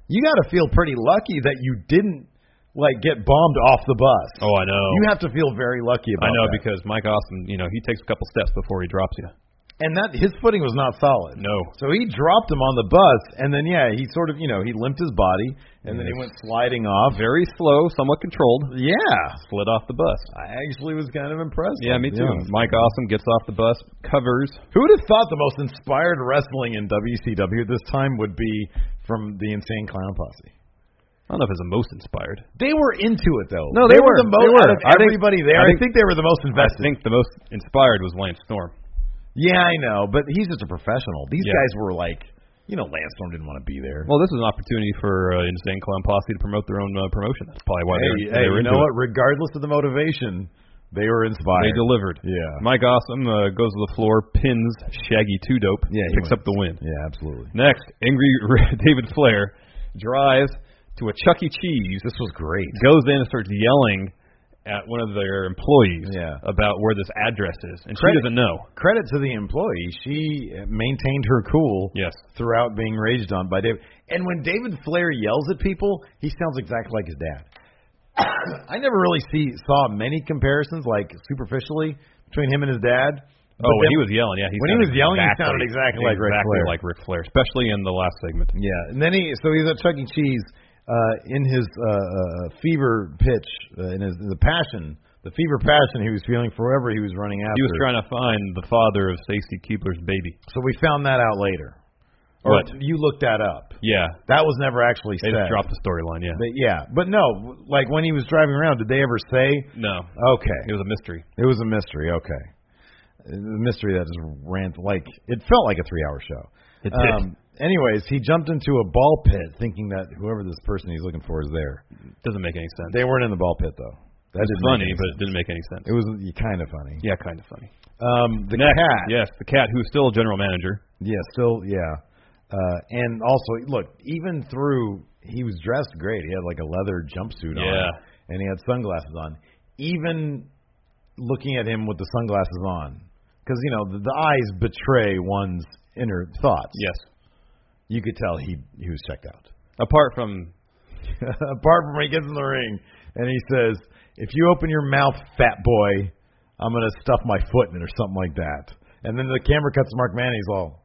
Speaker 2: you got to feel pretty lucky that you didn't like get bombed off the bus.
Speaker 3: Oh, I know.
Speaker 2: You have to feel very lucky
Speaker 3: I
Speaker 2: about
Speaker 3: know
Speaker 2: that.
Speaker 3: because Mike Awesome, you know, he takes a couple steps before he drops you.
Speaker 2: and that his footing was not solid.
Speaker 3: No.
Speaker 2: So he dropped him on the bus, and then yeah, he sort of you know he limped his body, and then he went
Speaker 3: Yes.
Speaker 2: sliding off.
Speaker 3: Very slow, somewhat controlled.
Speaker 2: Yeah,
Speaker 3: Slid off the bus.
Speaker 2: I actually was kind of impressed.
Speaker 3: Yeah,
Speaker 2: with
Speaker 3: me
Speaker 2: it,
Speaker 3: too.
Speaker 2: yeah.
Speaker 3: Mike Awesome gets off the bus, covers.
Speaker 2: Who would have thought the most inspired wrestling in WCW at this time would be from the Insane Clown Posse?
Speaker 3: I don't know if it's the most inspired.
Speaker 2: They were into it though.
Speaker 3: No, they were.
Speaker 2: the most
Speaker 3: They were.
Speaker 2: out of
Speaker 3: I think-
Speaker 2: everybody there. I
Speaker 3: I think-
Speaker 2: think, they were the most
Speaker 3: I
Speaker 2: invested.
Speaker 3: think the most inspired was Lance Storm.
Speaker 2: yeah, I know, but he's just a professional. These
Speaker 3: Yeah.
Speaker 2: guys were like, you know, Lance Storm didn't want to be there.
Speaker 3: Well, this is an opportunity for uh, Insane Clown Posse to promote their own uh, promotion. That's probably why
Speaker 2: hey,
Speaker 3: they
Speaker 2: hey,
Speaker 3: were
Speaker 2: you
Speaker 3: into
Speaker 2: know
Speaker 3: it.
Speaker 2: what? Regardless of the motivation, they were inspired.
Speaker 3: They delivered.
Speaker 2: Yeah.
Speaker 3: Mike Awesome uh, goes to the floor, pins Shaggy Two Dope,
Speaker 2: Yeah, he
Speaker 3: picks up the win.
Speaker 2: yeah, absolutely.
Speaker 3: Next, angry David Flair drives to a Chuck E. Cheese.
Speaker 2: This was great.
Speaker 3: goes in and starts yelling at one of their employees
Speaker 2: Yeah.
Speaker 3: about where this address is, and she
Speaker 2: Credit-
Speaker 3: doesn't know.
Speaker 2: Credit to the employee, she maintained her cool.
Speaker 3: Yes.
Speaker 2: throughout being raged on by David. And when David Flair yells at people, he sounds exactly like his dad. I never really see saw many comparisons, like superficially, between him and his dad.
Speaker 3: Oh, when he was yelling, yeah, he
Speaker 2: when he was
Speaker 3: sounded
Speaker 2: yelling, he
Speaker 3: exactly,
Speaker 2: sounded exactly like Ric
Speaker 3: exactly
Speaker 2: Flair.
Speaker 3: like Ric Flair, especially in the last segment.
Speaker 2: yeah, and then he so he's at Chuck E. Cheese uh, in his uh, uh, fever pitch, uh, in his the passion, the fever passion he was feeling for whoever he was running after.
Speaker 3: He was trying to find the father of Stacy Keebler's baby.
Speaker 2: so we found that out later. Or
Speaker 3: What?
Speaker 2: you looked that up.
Speaker 3: Yeah,
Speaker 2: That was never actually
Speaker 3: they
Speaker 2: said.
Speaker 3: just dropped the storyline. Yeah,
Speaker 2: But yeah, but no, like when he was driving around, did they ever say?
Speaker 3: no,
Speaker 2: Okay,
Speaker 3: it was a mystery.
Speaker 2: it was a mystery. Okay, a mystery that just ran like it felt like a three-hour show.
Speaker 3: It did.
Speaker 2: Um, anyways, he jumped into a ball pit, thinking that whoever this person he's looking for is there.
Speaker 3: Doesn't make any sense.
Speaker 2: They weren't in the ball pit though. That
Speaker 3: It's
Speaker 2: didn't
Speaker 3: funny,
Speaker 2: make any
Speaker 3: but it
Speaker 2: sense.
Speaker 3: didn't make any sense.
Speaker 2: it was kind of funny.
Speaker 3: Yeah, kind of funny.
Speaker 2: Um, the
Speaker 3: Next,
Speaker 2: cat.
Speaker 3: yes, the cat who's still general manager.
Speaker 2: Yeah, still, yeah. Uh, and also, look, even through he was dressed great. He had like a leather jumpsuit
Speaker 3: Yeah.
Speaker 2: on, and he had sunglasses on. Even looking at him with the sunglasses on, because you know the, the eyes betray one's inner thoughts.
Speaker 3: Yes.
Speaker 2: you could tell he he was checked out.
Speaker 3: Apart from
Speaker 2: Apart from when he gets in the ring and he says, "If you open your mouth, fat boy, I'm gonna stuff my foot in it or something like that." And then the camera cuts to Mark Manning. He's all,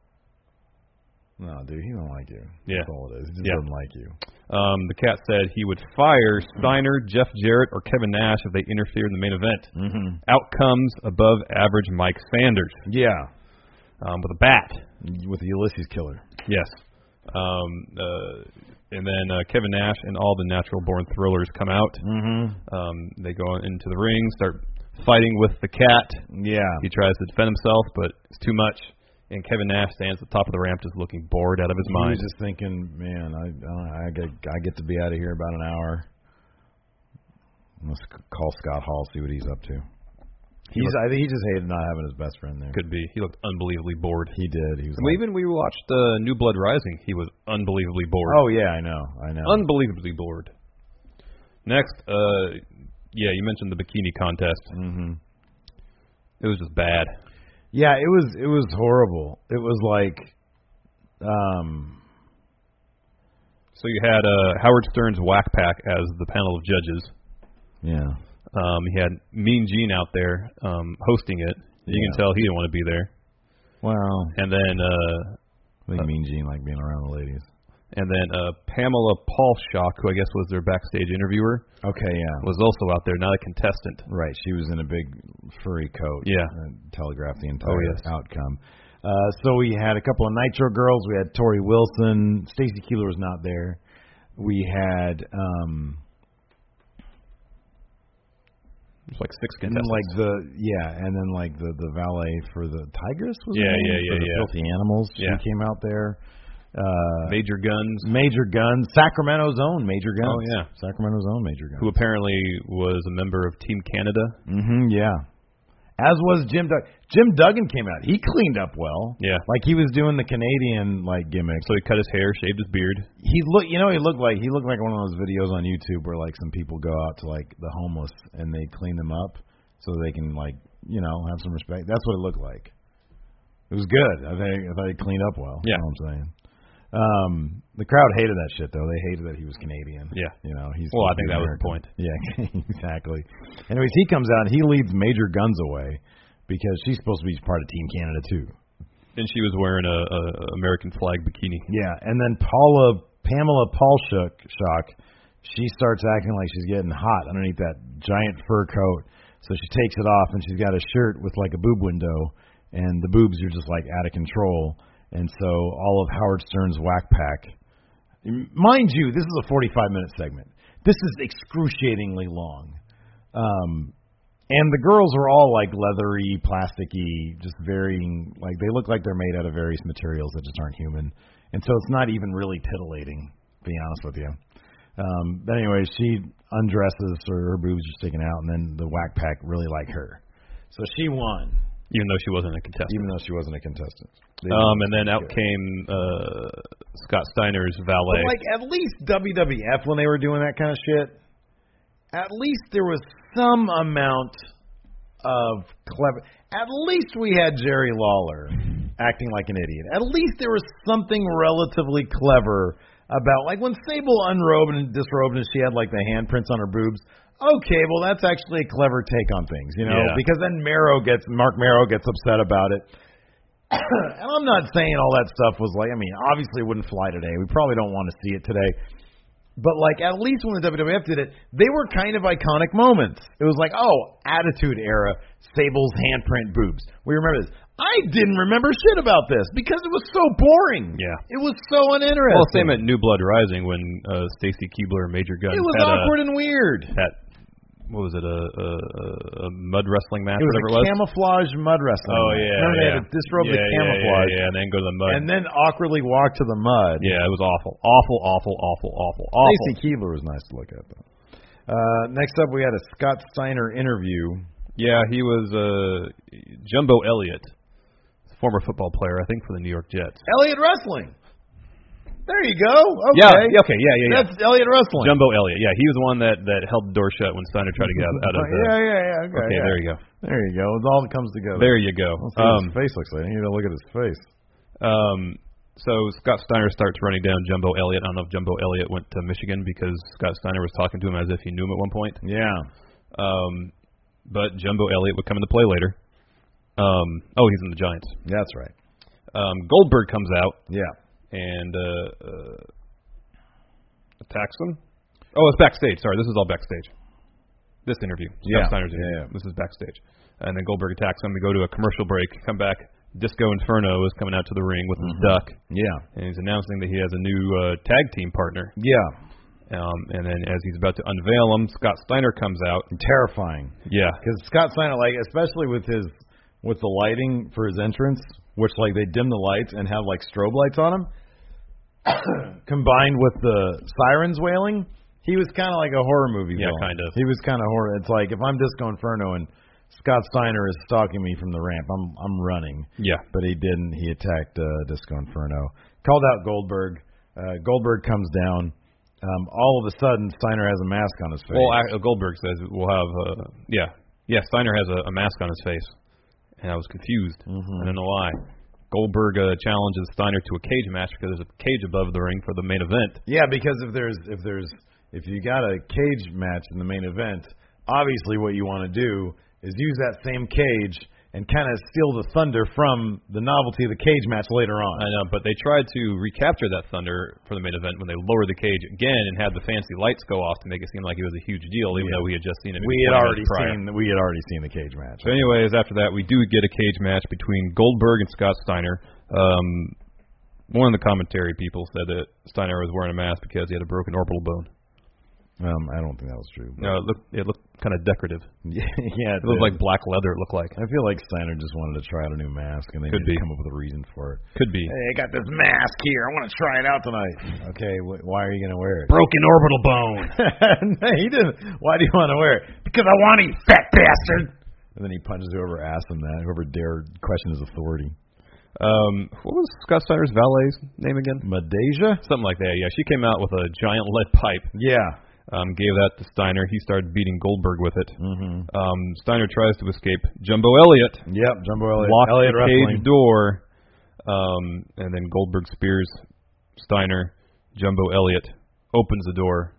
Speaker 2: No, dude, he don't like you.
Speaker 3: Yeah.
Speaker 2: That's all it is. He just
Speaker 3: Yeah.
Speaker 2: doesn't like you.
Speaker 3: Um, the cat said he would fire Steiner, Jeff Jarrett, or Kevin Nash if they interfered in the main event.
Speaker 2: Mm-hmm.
Speaker 3: Out comes above average Mike Sanders
Speaker 2: Yeah,
Speaker 3: um, with a bat.
Speaker 2: with the Ulysses killer.
Speaker 3: Yes. Um, uh, and then uh, Kevin Nash and all the natural born thrillers come out.
Speaker 2: Mm-hmm.
Speaker 3: Um, they go into the ring, start fighting with the cat.
Speaker 2: Yeah.
Speaker 3: He tries to defend himself, but it's too much. And Kevin Nash stands at the top of the ramp, just looking bored out of his
Speaker 2: I
Speaker 3: mind.
Speaker 2: was just thinking, man, I I, I get I get to be out of here about an hour. Let's c- call Scott Hall, see what he's up to. He's I think he just hated not having his best friend there.
Speaker 3: Could be. He looked unbelievably bored.
Speaker 2: He did. He was
Speaker 3: Well,
Speaker 2: like,
Speaker 3: even we watched uh, New Blood Rising. He was unbelievably bored.
Speaker 2: oh yeah, I know, I know.
Speaker 3: unbelievably bored. Next, uh, yeah, you mentioned the bikini contest.
Speaker 2: hmm
Speaker 3: It was just bad.
Speaker 2: Yeah, it was it was horrible. It was like, um,
Speaker 3: So you had uh, Howard Stern's Whack Pack as the panel of judges.
Speaker 2: yeah,
Speaker 3: Um, he had Mean Gene out there um, hosting it. You
Speaker 2: Yeah.
Speaker 3: can tell he didn't want to be there.
Speaker 2: well,
Speaker 3: And then uh,
Speaker 2: I think Mean Gene like being around the ladies.
Speaker 3: and then uh, Pamela Paulshock, who I guess was their backstage interviewer,
Speaker 2: Okay, yeah,
Speaker 3: was also out there, not a contestant.
Speaker 2: Right. She was in a big furry coat.
Speaker 3: Yeah.
Speaker 2: That telegraphed the entire
Speaker 3: Oh, yes.
Speaker 2: outcome. Uh, so we had a couple of Nitro girls. We had Tori Wilson. Stacy Keeler was not there. We had um,
Speaker 3: There's like six
Speaker 2: and then
Speaker 3: contestants.
Speaker 2: like the yeah, and then like the the valet for the Tigress was her
Speaker 3: Yeah,
Speaker 2: name?
Speaker 3: yeah, yeah,
Speaker 2: For the
Speaker 3: yeah.
Speaker 2: Filthy Animals.
Speaker 3: Yeah.
Speaker 2: She came out there. Uh,
Speaker 3: Major Guns,
Speaker 2: Major Guns, Sacramento's own Major Guns.
Speaker 3: Oh, yeah.
Speaker 2: Sacramento's own Major Guns.
Speaker 3: who apparently was a member of Team Canada.
Speaker 2: Mm-hmm, yeah. As was Jim Duggan. Jim Duggan came out. He cleaned up well.
Speaker 3: Yeah.
Speaker 2: Like he was doing the Canadian like gimmick.
Speaker 3: So he cut his hair, shaved his beard.
Speaker 2: He look, you know, he looked like he looked like one of those videos on YouTube where like some people go out to like the homeless and they clean them up so they can like you know have some respect. That's what it looked like. It was good. I think I thought he cleaned up well.
Speaker 3: Yeah.
Speaker 2: you know what I'm saying. Um, the crowd hated that shit though. They hated that he was Canadian.
Speaker 3: Yeah.
Speaker 2: you know he's.
Speaker 3: Well,
Speaker 2: supposed
Speaker 3: I
Speaker 2: to
Speaker 3: think
Speaker 2: be
Speaker 3: that was the
Speaker 2: American.
Speaker 3: point.
Speaker 2: Yeah, exactly. Anyways, he comes out and he leads Major Guns away because she's supposed to be part of Team Canada too.
Speaker 3: And she was wearing a, a a American flag bikini.
Speaker 2: Yeah, and then Paula Pamela Paulshock shock, she starts acting like she's getting hot underneath that giant fur coat. So she takes it off and she's got a shirt with like a boob window and the boobs are just like out of control. And so all of Howard Stern's whack pack mind you, this is a 45 minute segment. This is excruciatingly long. Um, and the girls are all like leathery, plasticky, just varying. Like they look like they're made out of various materials that just aren't human. And so it's not even really titillating, to be honest with you. Um, but anyway, she undresses, or her boobs are sticking out, and then the whack pack really like her. So she won,
Speaker 3: even though she wasn't a contestant.
Speaker 2: even though she wasn't a contestant. They-
Speaker 3: Um, and then out came uh, Scott Steiner's valet.
Speaker 2: But like at least WWF when they were doing that kind of shit, at least there was some amount of clever. At least we had Jerry Lawler acting like an idiot. At least there was something relatively clever about like when Sable unrobed and disrobed and she had like the handprints on her boobs. Okay, well that's actually a clever take on things, you know,
Speaker 3: Yeah.
Speaker 2: because then Marrow gets Mark Marrow gets upset about it. and I'm not saying all that stuff was like I mean, obviously it wouldn't fly today. We probably don't want to see it today. But like at least when the WWF did it, they were kind of iconic moments. It was like, oh, Attitude Era, Sable's handprint boobs. We remember this. I didn't remember shit about this because it was so boring.
Speaker 3: Yeah.
Speaker 2: It was so uninteresting.
Speaker 3: well, same at New Blood Rising when uh, Stacy Keebler and Major Gunn
Speaker 2: It was
Speaker 3: had a-
Speaker 2: awkward and weird.
Speaker 3: that what was it a, a, a- a mud wrestling match?
Speaker 2: It was
Speaker 3: whatever
Speaker 2: a
Speaker 3: it was.
Speaker 2: camouflage mud wrestling.
Speaker 3: Oh
Speaker 2: match.
Speaker 3: yeah,
Speaker 2: Remember they
Speaker 3: yeah.
Speaker 2: had to disrobe
Speaker 3: yeah,
Speaker 2: the
Speaker 3: yeah,
Speaker 2: camouflage
Speaker 3: yeah, yeah, and then go to the mud.
Speaker 2: and then awkwardly walk to the mud.
Speaker 3: yeah, it was awful, awful, awful, awful, awful, awful.
Speaker 2: Stacy Keebler was nice to look at though. Uh, next up, we had a Scott Steiner interview.
Speaker 3: Yeah, he was uh, Jumbo Elliott, former football player, I think, for the New York Jets.
Speaker 2: Elliott Wrestling. There you go. Okay.
Speaker 3: Yeah, yeah, okay, yeah, yeah, yeah.
Speaker 2: That's Elliott Wrestling.
Speaker 3: Jumbo Elliott. Yeah, he was the one that that held the door shut when Steiner tried to get out, out of the.
Speaker 2: yeah, yeah, yeah. Okay,
Speaker 3: okay, there you go.
Speaker 2: There you go. It all comes together.
Speaker 3: There you go.
Speaker 2: Let's see what
Speaker 3: Um,
Speaker 2: his face looks like. I need to look at his face.
Speaker 3: um, so Scott Steiner starts running down Jumbo Elliott. I don't know if Jumbo Elliott went to Michigan because Scott Steiner was talking to him as if he knew him at one point.
Speaker 2: Yeah.
Speaker 3: Um, but Jumbo Elliott would come into play later. Um, oh, he's in the Giants.
Speaker 2: That's right.
Speaker 3: Um, Goldberg comes out
Speaker 2: Yeah.
Speaker 3: and uh, uh, attacks him. Oh, it's backstage. Sorry, this is all backstage. This interview, Scott
Speaker 2: Yeah.
Speaker 3: Steiner's interview.
Speaker 2: Yeah, yeah.
Speaker 3: This is backstage, and then Goldberg attacks him. We go to a commercial break. Come back. Disco Inferno is coming out to the ring with
Speaker 2: Mm-hmm.
Speaker 3: his duck,
Speaker 2: Yeah.
Speaker 3: and he's announcing that he has a new uh, tag team partner.
Speaker 2: Yeah.
Speaker 3: Um, and then as he's about to unveil him, Scott Steiner comes out.
Speaker 2: Terrifying.
Speaker 3: Yeah,
Speaker 2: Because Scott Steiner, like especially with his with the lighting for his entrance, which like they dim the lights and have like strobe lights on him, combined with the sirens wailing, he was kind of like a horror movie.
Speaker 3: Yeah,
Speaker 2: villain.
Speaker 3: kind of.
Speaker 2: He was kind of horror. It's like if I'm Disco Inferno and Scott Steiner is stalking me from the ramp, I'm I'm running.
Speaker 3: yeah.
Speaker 2: But he didn't. He attacked uh, Disco Inferno. Called out Goldberg. Uh, Goldberg comes down. Um, all of a sudden, Steiner has a mask on his face.
Speaker 3: Well, I, Goldberg says we'll have. Uh, yeah, yeah. Steiner has a, a mask on his face, and I was confused.
Speaker 2: Mm-hmm.
Speaker 3: I don't know why. Goldberg uh, challenges Steiner to a cage match because there's a cage above the ring for the main event.
Speaker 2: Yeah, because if there's if there's if you got a cage match in the main event, obviously what you want to do is use that same cage and kind of steal the thunder from the novelty of the cage match later
Speaker 3: I
Speaker 2: on.
Speaker 3: know, but they tried to recapture that thunder for the main event when they lowered the cage again and had the fancy lights go off to make it seem like it was a huge deal, even though we had just seen it.
Speaker 2: We
Speaker 3: maybe
Speaker 2: had
Speaker 3: 20
Speaker 2: already
Speaker 3: minutes prior.
Speaker 2: seen we had already seen the cage match.
Speaker 3: So, anyways, after that, we do get a cage match between Goldberg and Scott Steiner. Um, one of the commentary people said that Steiner was wearing a mask because he had a broken orbital bone.
Speaker 2: Um, I don't think that was true. but-
Speaker 3: No, it looked it looked kind of decorative. It
Speaker 2: yeah, it
Speaker 3: looked
Speaker 2: did.
Speaker 3: like black leather. It looked like
Speaker 2: I feel like Steiner just wanted to try out a new mask and they
Speaker 3: Could
Speaker 2: didn't
Speaker 3: be.
Speaker 2: come up with a reason for it.
Speaker 3: could be
Speaker 2: Hey, I got this mask here. I want to try it out tonight. Okay, wh- why are you gonna wear it?
Speaker 3: broken orbital bone.
Speaker 2: no, he didn't. Why do you want to wear it? Because I want to, you fat bastard. And then he punches whoever asked him that, whoever dared question his authority.
Speaker 3: Um, what was Scott Steiner's valet's name again?
Speaker 2: Madeja?
Speaker 3: Something like that. Yeah, she came out with a giant lead pipe.
Speaker 2: Yeah.
Speaker 3: Um, gave that to Steiner. He started beating Goldberg with it.
Speaker 2: Mm-hmm.
Speaker 3: Um, Steiner tries to escape. Jumbo Elliott
Speaker 2: Yep, Jumbo Elliott.
Speaker 3: locks
Speaker 2: Elliott
Speaker 3: the
Speaker 2: wrestling.
Speaker 3: cage door, um, and then Goldberg spears Steiner. Jumbo Elliott opens the door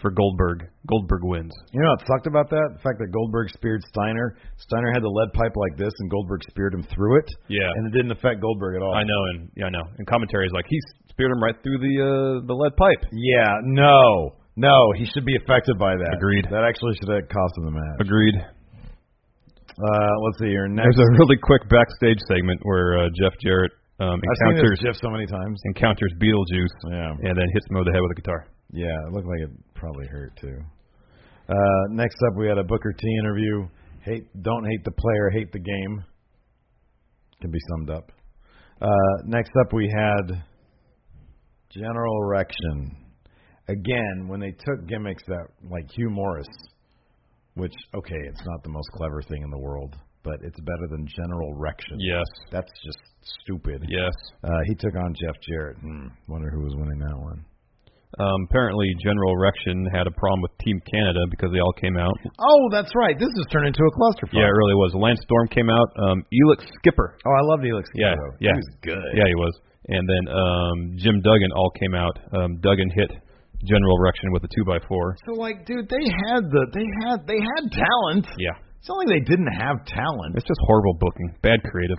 Speaker 3: for Goldberg. Goldberg wins.
Speaker 2: You know what sucked about that? The fact that Goldberg speared Steiner. Steiner had the lead pipe like this, and Goldberg speared him through it.
Speaker 3: Yeah.
Speaker 2: And it didn't affect Goldberg at all.
Speaker 3: I know, and yeah, I know. And commentary is like he speared him right through the uh, the lead pipe.
Speaker 2: Yeah, no. No, he should be affected by that.
Speaker 3: Agreed.
Speaker 2: That actually should have cost him the match.
Speaker 3: Agreed.
Speaker 2: Uh, let's see here. Next.
Speaker 3: There's a really quick backstage segment where uh, Jeff Jarrett
Speaker 2: I've
Speaker 3: um,
Speaker 2: seen this
Speaker 3: encounters
Speaker 2: GIF so many times.
Speaker 3: encounters Beetlejuice
Speaker 2: Yeah.
Speaker 3: and then hits him over the head with a guitar.
Speaker 2: Yeah, it looked like it probably hurt too. Uh, next up, we had a Booker T interview. Hate, don't hate the player, hate the game. Can be summed up. Uh, next up, we had General Erection. Again, when they took gimmicks that like Hugh Morris, which okay, it's not the most clever thing in the world, but it's better than General Erection.
Speaker 3: Yes,
Speaker 2: that's just stupid.
Speaker 3: yes.
Speaker 2: Uh, he took on Jeff Jarrett. Hmm, wonder who was winning that one.
Speaker 3: Um, apparently, General Erection had a problem with Team Canada because they all came out.
Speaker 2: Oh, that's right. This has turned into a clusterfuck.
Speaker 3: Yeah, it really was. Lance Storm came out. Um, Elix Skipper.
Speaker 2: Oh, I love Neelix.
Speaker 3: Yeah,
Speaker 2: Kiddo.
Speaker 3: yeah.
Speaker 2: He was good.
Speaker 3: Yeah, he was. And then um, Jim Duggan all came out. Um, Duggan hit General Erection with a two by four.
Speaker 2: So like, dude, they had the they had they had talent.
Speaker 3: Yeah.
Speaker 2: It's not like they didn't have talent.
Speaker 3: It's just horrible booking, bad creative.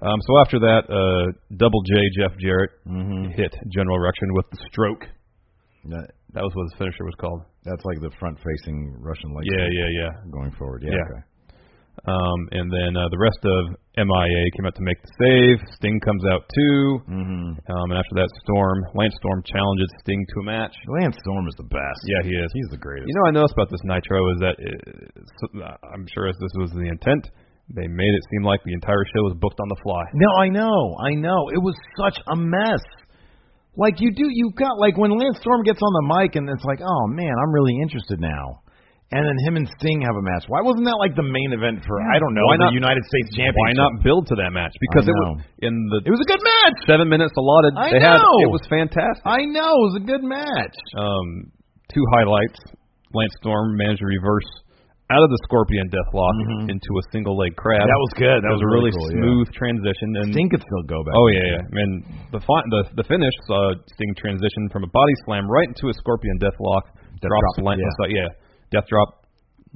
Speaker 3: um, so after that, uh, Double J Jeff Jarrett
Speaker 2: Mm-hmm.
Speaker 3: hit General Erection with the stroke.
Speaker 2: That-
Speaker 3: That was what his finisher was called.
Speaker 2: that's like the front facing Russian leg.
Speaker 3: Yeah, yeah, yeah.
Speaker 2: yeah. Going forward. Yeah.
Speaker 3: Yeah.
Speaker 2: Okay.
Speaker 3: Um, and then uh, the rest of MIA came out to make the save. Sting comes out too.
Speaker 2: Mm-hmm.
Speaker 3: Um, and after that, Storm Lance Storm challenges Sting to a match.
Speaker 2: Lance Storm is the best.
Speaker 3: Yeah, he is.
Speaker 2: He's the greatest.
Speaker 3: You know, I noticed about this Nitro is that uh, I'm sure as this was the intent, they made it seem like the entire show was booked on the fly.
Speaker 2: No, I know, I know. It was such a mess. Like you do, you got like when Lance Storm gets on the mic and it's like, oh man, I'm really interested now. And then him and Sting have a match. Why wasn't that like the main event for I don't know
Speaker 3: Why
Speaker 2: the
Speaker 3: not-
Speaker 2: United States Championship?
Speaker 3: Why not build to that match? Because it was
Speaker 2: know.
Speaker 3: in the
Speaker 2: It was a good match.
Speaker 3: seven minutes allotted.
Speaker 2: I
Speaker 3: they had
Speaker 2: know.
Speaker 3: it was fantastic.
Speaker 2: I know it was a good match.
Speaker 3: um, two highlights. Lance Storm managed to reverse out of the Scorpion Deathlock into a single leg crab.
Speaker 2: Mm-hmm. That was good. That
Speaker 3: It
Speaker 2: was
Speaker 3: a
Speaker 2: really
Speaker 3: really
Speaker 2: cool, yeah.
Speaker 3: smooth transition. And
Speaker 2: Sting could still go back.
Speaker 3: oh yeah, yeah. And the fi- the the finish saw Sting transition from a body slam right into a Scorpion Deathlock.
Speaker 2: Death
Speaker 3: drops
Speaker 2: drop,
Speaker 3: Lan-
Speaker 2: yeah.
Speaker 3: so- yeah. Death drop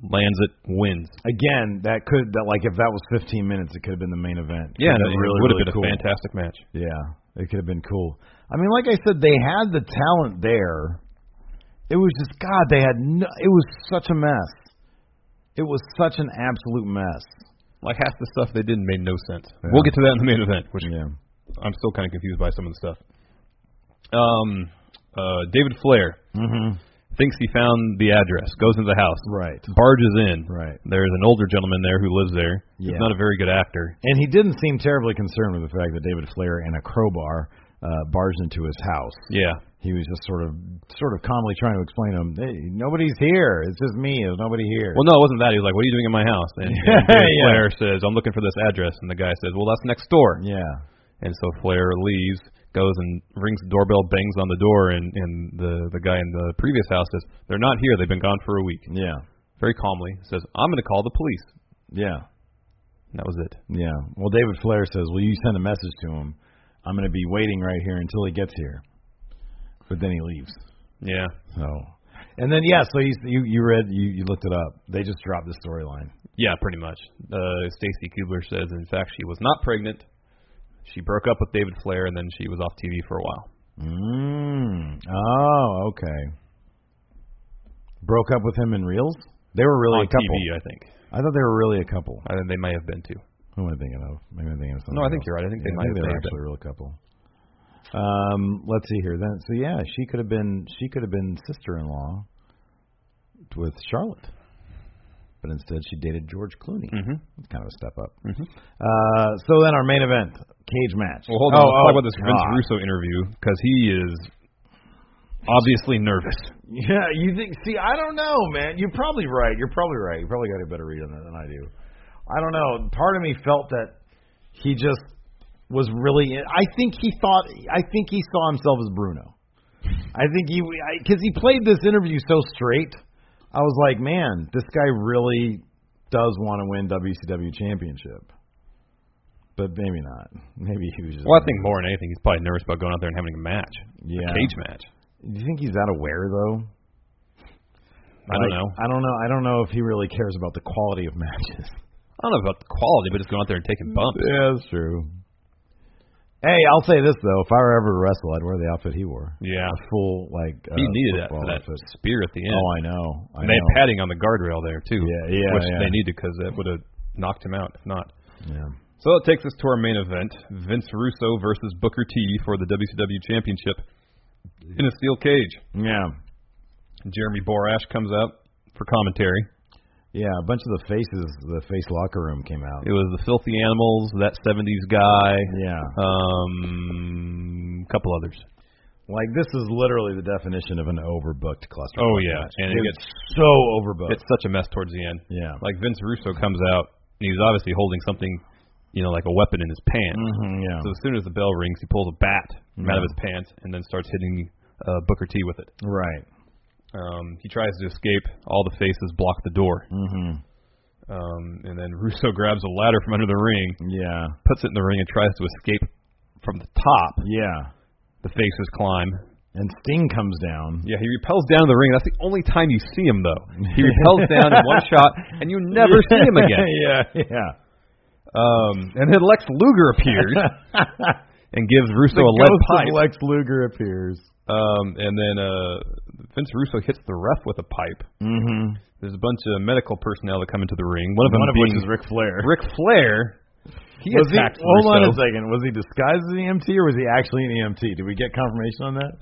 Speaker 3: lands it, wins.
Speaker 2: Again, that could that like if that was 15 minutes, it could have been the main event.
Speaker 3: Yeah,
Speaker 2: Could've been
Speaker 3: and it
Speaker 2: really
Speaker 3: would have
Speaker 2: really
Speaker 3: been
Speaker 2: cool.
Speaker 3: a fantastic match.
Speaker 2: Yeah, It could have been cool. I mean, like I said, they had the talent there. It was just God. They had no. It was such a mess. It was such an absolute mess.
Speaker 3: Like half the stuff they did made no sense.
Speaker 2: Yeah.
Speaker 3: We'll get to that in the main event, which
Speaker 2: Yeah.
Speaker 3: I'm still kind of confused by some of the stuff. Um, uh, David Flair
Speaker 2: Mm-hmm.
Speaker 3: thinks he found the address, goes into the house,
Speaker 2: Right.
Speaker 3: barges in.
Speaker 2: Right.
Speaker 3: There's an older gentleman there who lives there.
Speaker 2: Yeah.
Speaker 3: He's not a very good actor.
Speaker 2: And he didn't seem terribly concerned with the fact that David Flair and a crowbar uh, barged into his house.
Speaker 3: Yeah.
Speaker 2: He was just sort of, sort of calmly trying to explain to him, "Hey, nobody's here. It's just me. There's nobody here."
Speaker 3: Well, no, it wasn't that. He was like, "What are you doing in my house?" And
Speaker 2: Yeah,
Speaker 3: David
Speaker 2: yeah.
Speaker 3: Flair says, "I'm looking for this address," and the guy says, "Well, that's next door."
Speaker 2: yeah.
Speaker 3: And so Flair leaves, goes and rings the doorbell, bangs on the door, and and the the guy in the previous house says, "They're not here. They've been gone for a week."
Speaker 2: Yeah.
Speaker 3: Very calmly says, "I'm going to call the police."
Speaker 2: Yeah.
Speaker 3: And that was it.
Speaker 2: Yeah. Well, David Flair says, "Will you send a message to him? I'm going to be waiting right here until he gets here." But then he leaves.
Speaker 3: Yeah.
Speaker 2: So, and then yeah, so he's, you you read you you looked it up. They just dropped the storyline.
Speaker 3: Yeah, pretty much. Uh, Stacy Kubler says, in fact, she was not pregnant. She broke up with David Flair, and then she was off TV for a while.
Speaker 2: Mm. Oh, okay. Broke up with him in reels. They were really a
Speaker 3: On
Speaker 2: couple.
Speaker 3: TV, I think.
Speaker 2: I thought they were really a couple.
Speaker 3: I think they may have been too.
Speaker 2: Who am I thinking of? Maybe I'm thinking of something.
Speaker 3: No, I think
Speaker 2: else.
Speaker 3: you're right. I think they
Speaker 2: Yeah,
Speaker 3: might have
Speaker 2: they were
Speaker 3: been.
Speaker 2: actually a real couple. Um, let's see here. Then, so yeah, she could have been she could have been sister-in-law with Charlotte, but instead she dated George Clooney.
Speaker 3: Mm-hmm.
Speaker 2: It's kind of a step up.
Speaker 3: Mhm.
Speaker 2: Uh, so then our main event, cage match.
Speaker 3: Well, hold
Speaker 2: Oh,
Speaker 3: on. Let's
Speaker 2: oh,
Speaker 3: talk about this Vince
Speaker 2: God.
Speaker 3: Russo interview because he is obviously nervous.
Speaker 2: Yeah, you think? See, I don't know, man. You're probably right. You're probably right. You probably got a better read on that than I do. I don't know. Part of me felt that he just was really. I think he thought. I think he saw himself as Bruno. I think he because he played this interview so straight. I was like, man, this guy really does want to win WCW championship. But maybe not. Maybe he was just.
Speaker 3: Well, I think more than anything, he's probably nervous about going out there and having a match,
Speaker 2: Yeah.
Speaker 3: a cage match.
Speaker 2: Do you think he's that aware though?
Speaker 3: I don't
Speaker 2: Like,
Speaker 3: know.
Speaker 2: I don't know. I don't know if he really cares about the quality of matches.
Speaker 3: I don't know about the quality, but just going out there and taking bumps.
Speaker 2: Yeah, that's true. Hey, I'll say this though: if I were ever to wrestle, I'd wear the outfit he wore.
Speaker 3: Yeah.
Speaker 2: A full like uh,
Speaker 3: He needed that for
Speaker 2: football
Speaker 3: that
Speaker 2: outfit.
Speaker 3: spear at the end.
Speaker 2: Oh, I know. I
Speaker 3: And they
Speaker 2: know.
Speaker 3: had padding on the guardrail there too,
Speaker 2: Yeah, yeah,
Speaker 3: which
Speaker 2: yeah.
Speaker 3: they needed because that would have knocked him out if not.
Speaker 2: yeah.
Speaker 3: So that takes us to our main event: Vince Russo versus Booker T for the WCW Championship in a steel cage.
Speaker 2: yeah,
Speaker 3: Jeremy Borash comes out for commentary.
Speaker 2: yeah. A bunch of the faces, the face locker room came out.
Speaker 3: It was the Filthy Animals, that '70s guy,
Speaker 2: yeah,
Speaker 3: um, a couple others.
Speaker 2: like this is literally the definition of an overbooked cluster.
Speaker 3: Oh, yeah. And it
Speaker 2: it's so overbooked.
Speaker 3: It's such a mess towards the end.
Speaker 2: yeah,
Speaker 3: Like Vince Russo comes out, and he's obviously holding something, you know, like a weapon in his pants.
Speaker 2: Mhm, yeah,
Speaker 3: So as soon as the bell rings, he pulls a bat from out of his pants and then starts hitting uh, Booker T with it.
Speaker 2: right.
Speaker 3: Um, he tries to escape. All the faces block the door.
Speaker 2: hmm
Speaker 3: Um, and then Russo grabs a ladder from under the ring,
Speaker 2: Yeah,
Speaker 3: puts it in the ring, and tries to escape from the top.
Speaker 2: yeah.
Speaker 3: The faces climb.
Speaker 2: And Sting comes down.
Speaker 3: Yeah, he repels down to the ring. That's the only time you see him, though. He repels down in one shot, and you never see him again.
Speaker 2: yeah, yeah.
Speaker 3: Um, and then Lex Luger appears and gives Russo a lead
Speaker 2: ghost
Speaker 3: pipe.
Speaker 2: of Lex Luger appears.
Speaker 3: Um, and then uh, Vince Russo hits the ref with a pipe.
Speaker 2: Mm-hmm.
Speaker 3: There's a bunch of medical personnel that come into the ring. One of them
Speaker 2: One of
Speaker 3: being
Speaker 2: which is Ric Flair.
Speaker 3: Ric Flair. He
Speaker 2: was he,
Speaker 3: attacked
Speaker 2: hold on a
Speaker 3: Russo.
Speaker 2: second. Was he disguised as an EMT or was he actually an EMT? Did we get confirmation on that?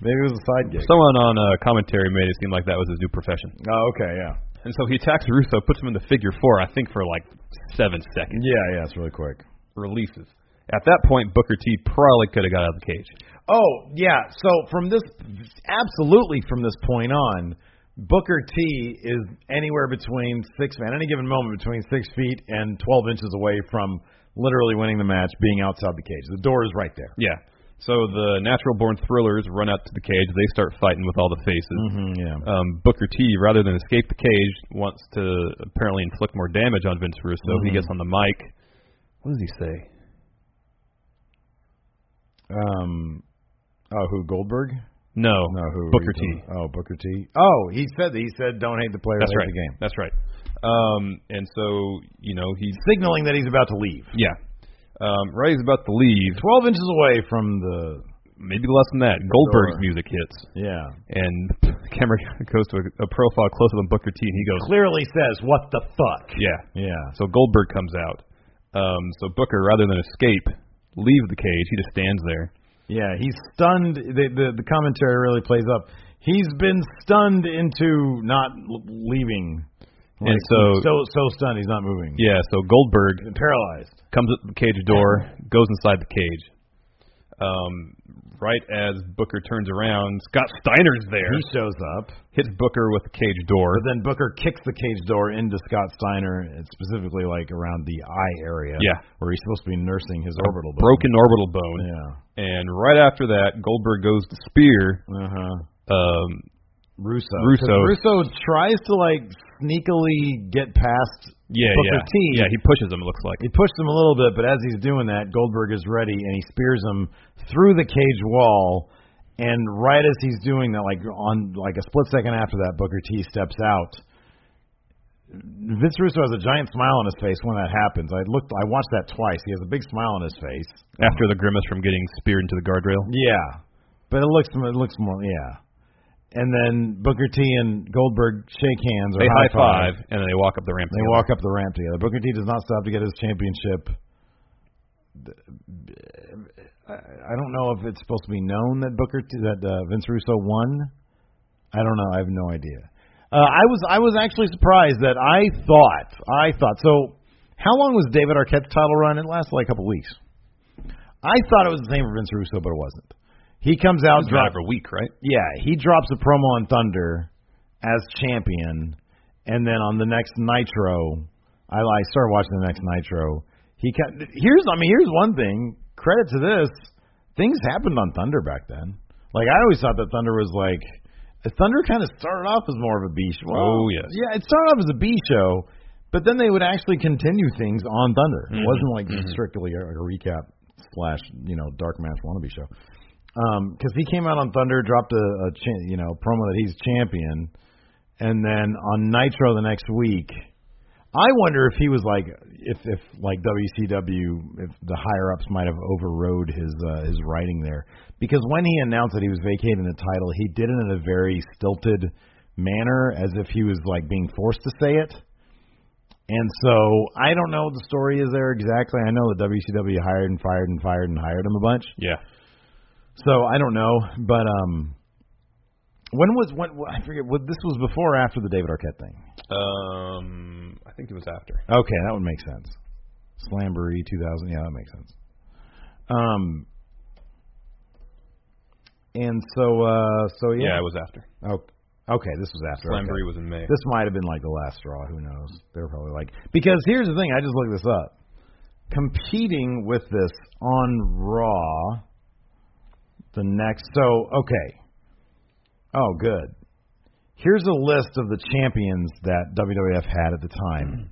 Speaker 2: Maybe it was a side gig.
Speaker 3: Someone on uh, commentary made it seem like that was his new profession.
Speaker 2: oh, okay, yeah,
Speaker 3: And so he attacks Russo, puts him in the figure four, I think for like seven seconds,
Speaker 2: yeah, yeah. It's really quick.
Speaker 3: releases. At that point, Booker T probably could have got out of the cage.
Speaker 2: Oh, yeah. So from this, absolutely from this point on, Booker T is anywhere between six, at any given moment, between six feet and 12 inches away from literally winning the match, being outside the cage. The door is right there.
Speaker 3: Yeah. So the natural born thrillers run out to the cage. They start fighting with all the faces.
Speaker 2: Mm-hmm, yeah.
Speaker 3: um, Booker T, rather than escape the cage, wants to apparently inflict more damage on Vince Russo.
Speaker 2: Mm-hmm.
Speaker 3: He gets on the mic. What does he say?
Speaker 2: Um, oh, who Goldberg?
Speaker 3: No,
Speaker 2: No, who
Speaker 3: Booker T.
Speaker 2: Oh, Booker T. Oh, he said he said don't hate the player,
Speaker 3: That's
Speaker 2: hate
Speaker 3: right.
Speaker 2: the game,
Speaker 3: That's right. Um, and so you know he's
Speaker 2: signaling that he's about to leave.
Speaker 3: yeah. Um, Ray's about to leave.
Speaker 2: 12 inches away from the.
Speaker 3: Maybe less than that. Goldberg's
Speaker 2: Sure.
Speaker 3: music hits,
Speaker 2: Yeah.
Speaker 3: and the camera goes to a, a profile close up on Booker T, and he goes,
Speaker 2: Clearly says, what the fuck?
Speaker 3: "Yeah."
Speaker 2: Yeah.
Speaker 3: So Goldberg comes out. Um, so Booker, rather than escape, leave the cage. He just stands there.
Speaker 2: Yeah, he's stunned. The, the the commentary really plays up. He's been stunned into not l- leaving.
Speaker 3: And so-
Speaker 2: so so stunned he's not moving.
Speaker 3: Yeah. So Goldberg
Speaker 2: paralyzed.
Speaker 3: comes up to the cage door, goes inside the cage. Um, right as Booker turns around, Scott Steiner's there.
Speaker 2: He shows up,
Speaker 3: hits Booker with the cage door.
Speaker 2: but then Booker kicks the cage door into Scott Steiner, and specifically like around the eye area.
Speaker 3: Yeah.
Speaker 2: where he's supposed to be nursing his orbital bone.
Speaker 3: Broken orbital bone.
Speaker 2: Yeah.
Speaker 3: And right after that, Goldberg goes to spear
Speaker 2: Uh huh.
Speaker 3: um,
Speaker 2: Russo.
Speaker 3: Russo.
Speaker 2: 'Cause Russo tries to like sneakily get past
Speaker 3: Yeah,
Speaker 2: Booker
Speaker 3: yeah.
Speaker 2: T.
Speaker 3: Yeah, he pushes him. It looks like.
Speaker 2: He pushed him a little bit, but as he's doing that, Goldberg is ready and he spears him through the cage wall. And right as he's doing that, like on like a split second after that, Booker T steps out. Vince Russo has a giant smile on his face when that happens. I looked, I watched that twice. He has a big smile on his face.
Speaker 3: After the grimace from getting speared into the guardrail.
Speaker 2: Yeah, but it looks it looks more yeah. And then Booker T and Goldberg shake hands or
Speaker 3: They
Speaker 2: high
Speaker 3: high five and then they walk up the ramp.
Speaker 2: They
Speaker 3: together.
Speaker 2: walk up the ramp together. Booker T does not stop to get his championship. I I don't know if it's supposed to be known that Booker T, that uh, Vince Russo won. I don't know. I have no idea. Uh, I was I was actually surprised that I thought I thought so. How long was David Arquette's title run? It lasted like a couple weeks. I thought it was the same for Vince Russo, but it wasn't. He comes out,
Speaker 3: It's been
Speaker 2: drops
Speaker 3: out for a week, right?
Speaker 2: yeah, he drops a promo on Thunder as champion, and then on the next Nitro, I, I started watching the next Nitro. He ca- here's I mean here's one thing credit to this things happened on Thunder back then. Like I always thought that Thunder was like Thunder kind of started off as more of a B show.
Speaker 3: Oh, yes.
Speaker 2: yeah, it started off as a B show, but then they would actually continue things on Thunder.
Speaker 3: Mm-hmm.
Speaker 2: It wasn't like strictly a, a recap slash you know dark match wannabe show because he came out on Thunder, dropped a, a cha- you know promo that he's champion, and then on Nitro the next week. I wonder if he was like if if like WCW if the higher ups might have overrode his uh, his writing there because when he announced that he was vacating the title he did it in a very stilted manner as if he was like being forced to say it and so I don't know what the story is there exactly I know that WCW hired and fired and fired and hired him a bunch
Speaker 3: Yeah.
Speaker 2: so I don't know, but um, when was when I forget what this was before or after the David Arquette thing?
Speaker 3: Um, I think it was after.
Speaker 2: Okay, that would make sense. Slamboree 2000, yeah, that makes sense. Um, and so uh, so
Speaker 3: Yeah,
Speaker 2: yeah.
Speaker 3: it was after.
Speaker 2: Oh, okay, this was after. okay.
Speaker 3: Slamboree was in May.
Speaker 2: This might have been like the last straw. Who knows? They were probably like because here's the thing. I just looked this up. Competing with this on Raw, the next. So okay. Oh, good. Here's a list of the champions that WWF had at the time.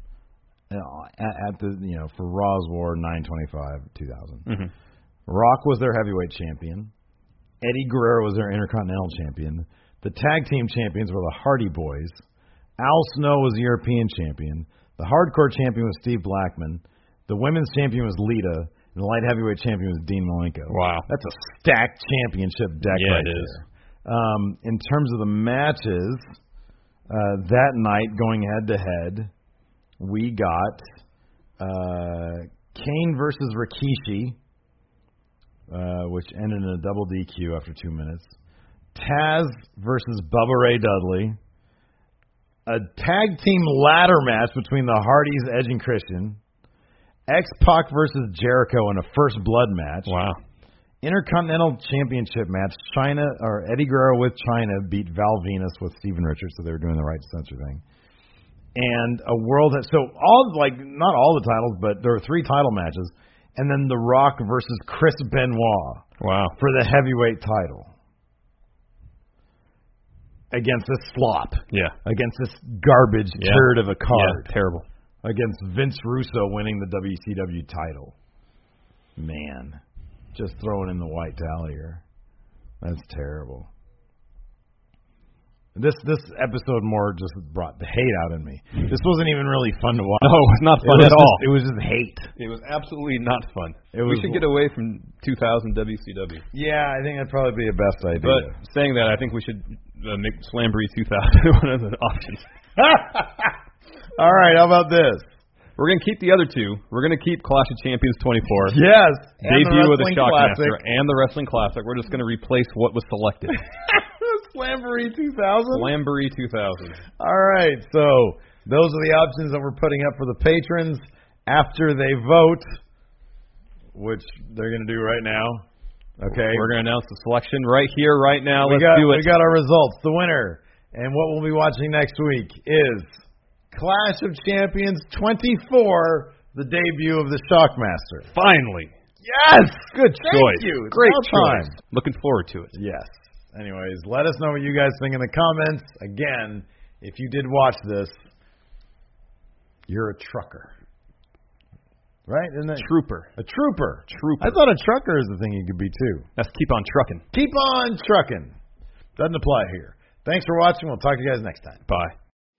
Speaker 2: Uh, At, at the you know for Raw's War 925 2000.
Speaker 3: Mhm.
Speaker 2: Rock was their heavyweight champion. Eddie Guerrero was their Intercontinental champion. The tag team champions were the Hardy Boys. Al Snow was the European champion. The hardcore champion was Steve Blackman. The women's champion was Lita. And the light heavyweight champion was Dean Malenko.
Speaker 3: Wow.
Speaker 2: That's a stacked championship deck
Speaker 3: Yeah,
Speaker 2: right
Speaker 3: it is.
Speaker 2: there. Um, in terms of the matches, uh, that night going head to head, we got uh, Kane versus Rikishi, uh, which ended in a double DQ after two minutes. Taz versus Bubba Ray Dudley. A tag team ladder match between the Hardys, Edge, and Christian. X Pac versus Jericho in a first blood match.
Speaker 3: Wow.
Speaker 2: Intercontinental Championship match, China or Eddie Guerrero with China beat Val Venus with Steven Richards, so they were doing the right censor thing. And a world so all like not all the titles, but there were three title matches, and then The Rock versus Chris Benoit
Speaker 3: Wow.
Speaker 2: for the heavyweight title against this slop,
Speaker 3: Yeah.
Speaker 2: against this garbage
Speaker 3: Yeah.
Speaker 2: turd of a card,
Speaker 3: Yeah, terrible.
Speaker 2: against Vince Russo winning the WCW title. Man, just throwing in the white towel here. That's terrible. This this episode more just brought the hate out in me. This wasn't even really fun to watch.
Speaker 3: No, it was not
Speaker 2: It
Speaker 3: fun
Speaker 2: was
Speaker 3: at
Speaker 2: just-
Speaker 3: all.
Speaker 2: It was just hate.
Speaker 3: It was absolutely not fun.
Speaker 2: It
Speaker 3: we
Speaker 2: was-
Speaker 3: should get away from 2000 WCW.
Speaker 2: Yeah, I think that'd probably be a best idea.
Speaker 3: But saying that, I think we should uh, make Slambury 2000 one of the options.
Speaker 2: all right, how about this?
Speaker 3: We're going to keep the other two. We're going to keep Clash of Champions 24.
Speaker 2: Yes, and
Speaker 3: Debut of the
Speaker 2: Wrestling
Speaker 3: Shockmaster
Speaker 2: Classic.
Speaker 3: and the Wrestling Classic. We're just going to replace what was selected.
Speaker 2: Slamboree 2000.
Speaker 3: Slambury 2000.
Speaker 2: All right, so those are the options that we're putting up for the patrons after they vote, which they're going to do right now. Okay,
Speaker 3: We're going to announce the selection right here, right now.
Speaker 2: we got
Speaker 3: Let's do
Speaker 2: we
Speaker 3: it.
Speaker 2: got our results. The winner and what we'll be watching next week is Clash of Champions 24, the debut of the Shockmaster.
Speaker 3: Finally.
Speaker 2: Yes, good
Speaker 3: choice.
Speaker 2: Thank you. It's
Speaker 3: Great
Speaker 2: about
Speaker 3: choice.
Speaker 2: time.
Speaker 3: Looking forward to it.
Speaker 2: Yes. Anyways, let us know what you guys think in the comments. Again, if you did watch this, you're a trucker. Right? Isn't that
Speaker 3: Trooper.
Speaker 2: a trooper?
Speaker 3: Trooper.
Speaker 2: I thought a trucker is the thing you could be too.
Speaker 3: Let's keep on trucking.
Speaker 2: Keep on trucking. Doesn't apply here. Thanks for watching. We'll talk to you guys next time.
Speaker 3: Bye.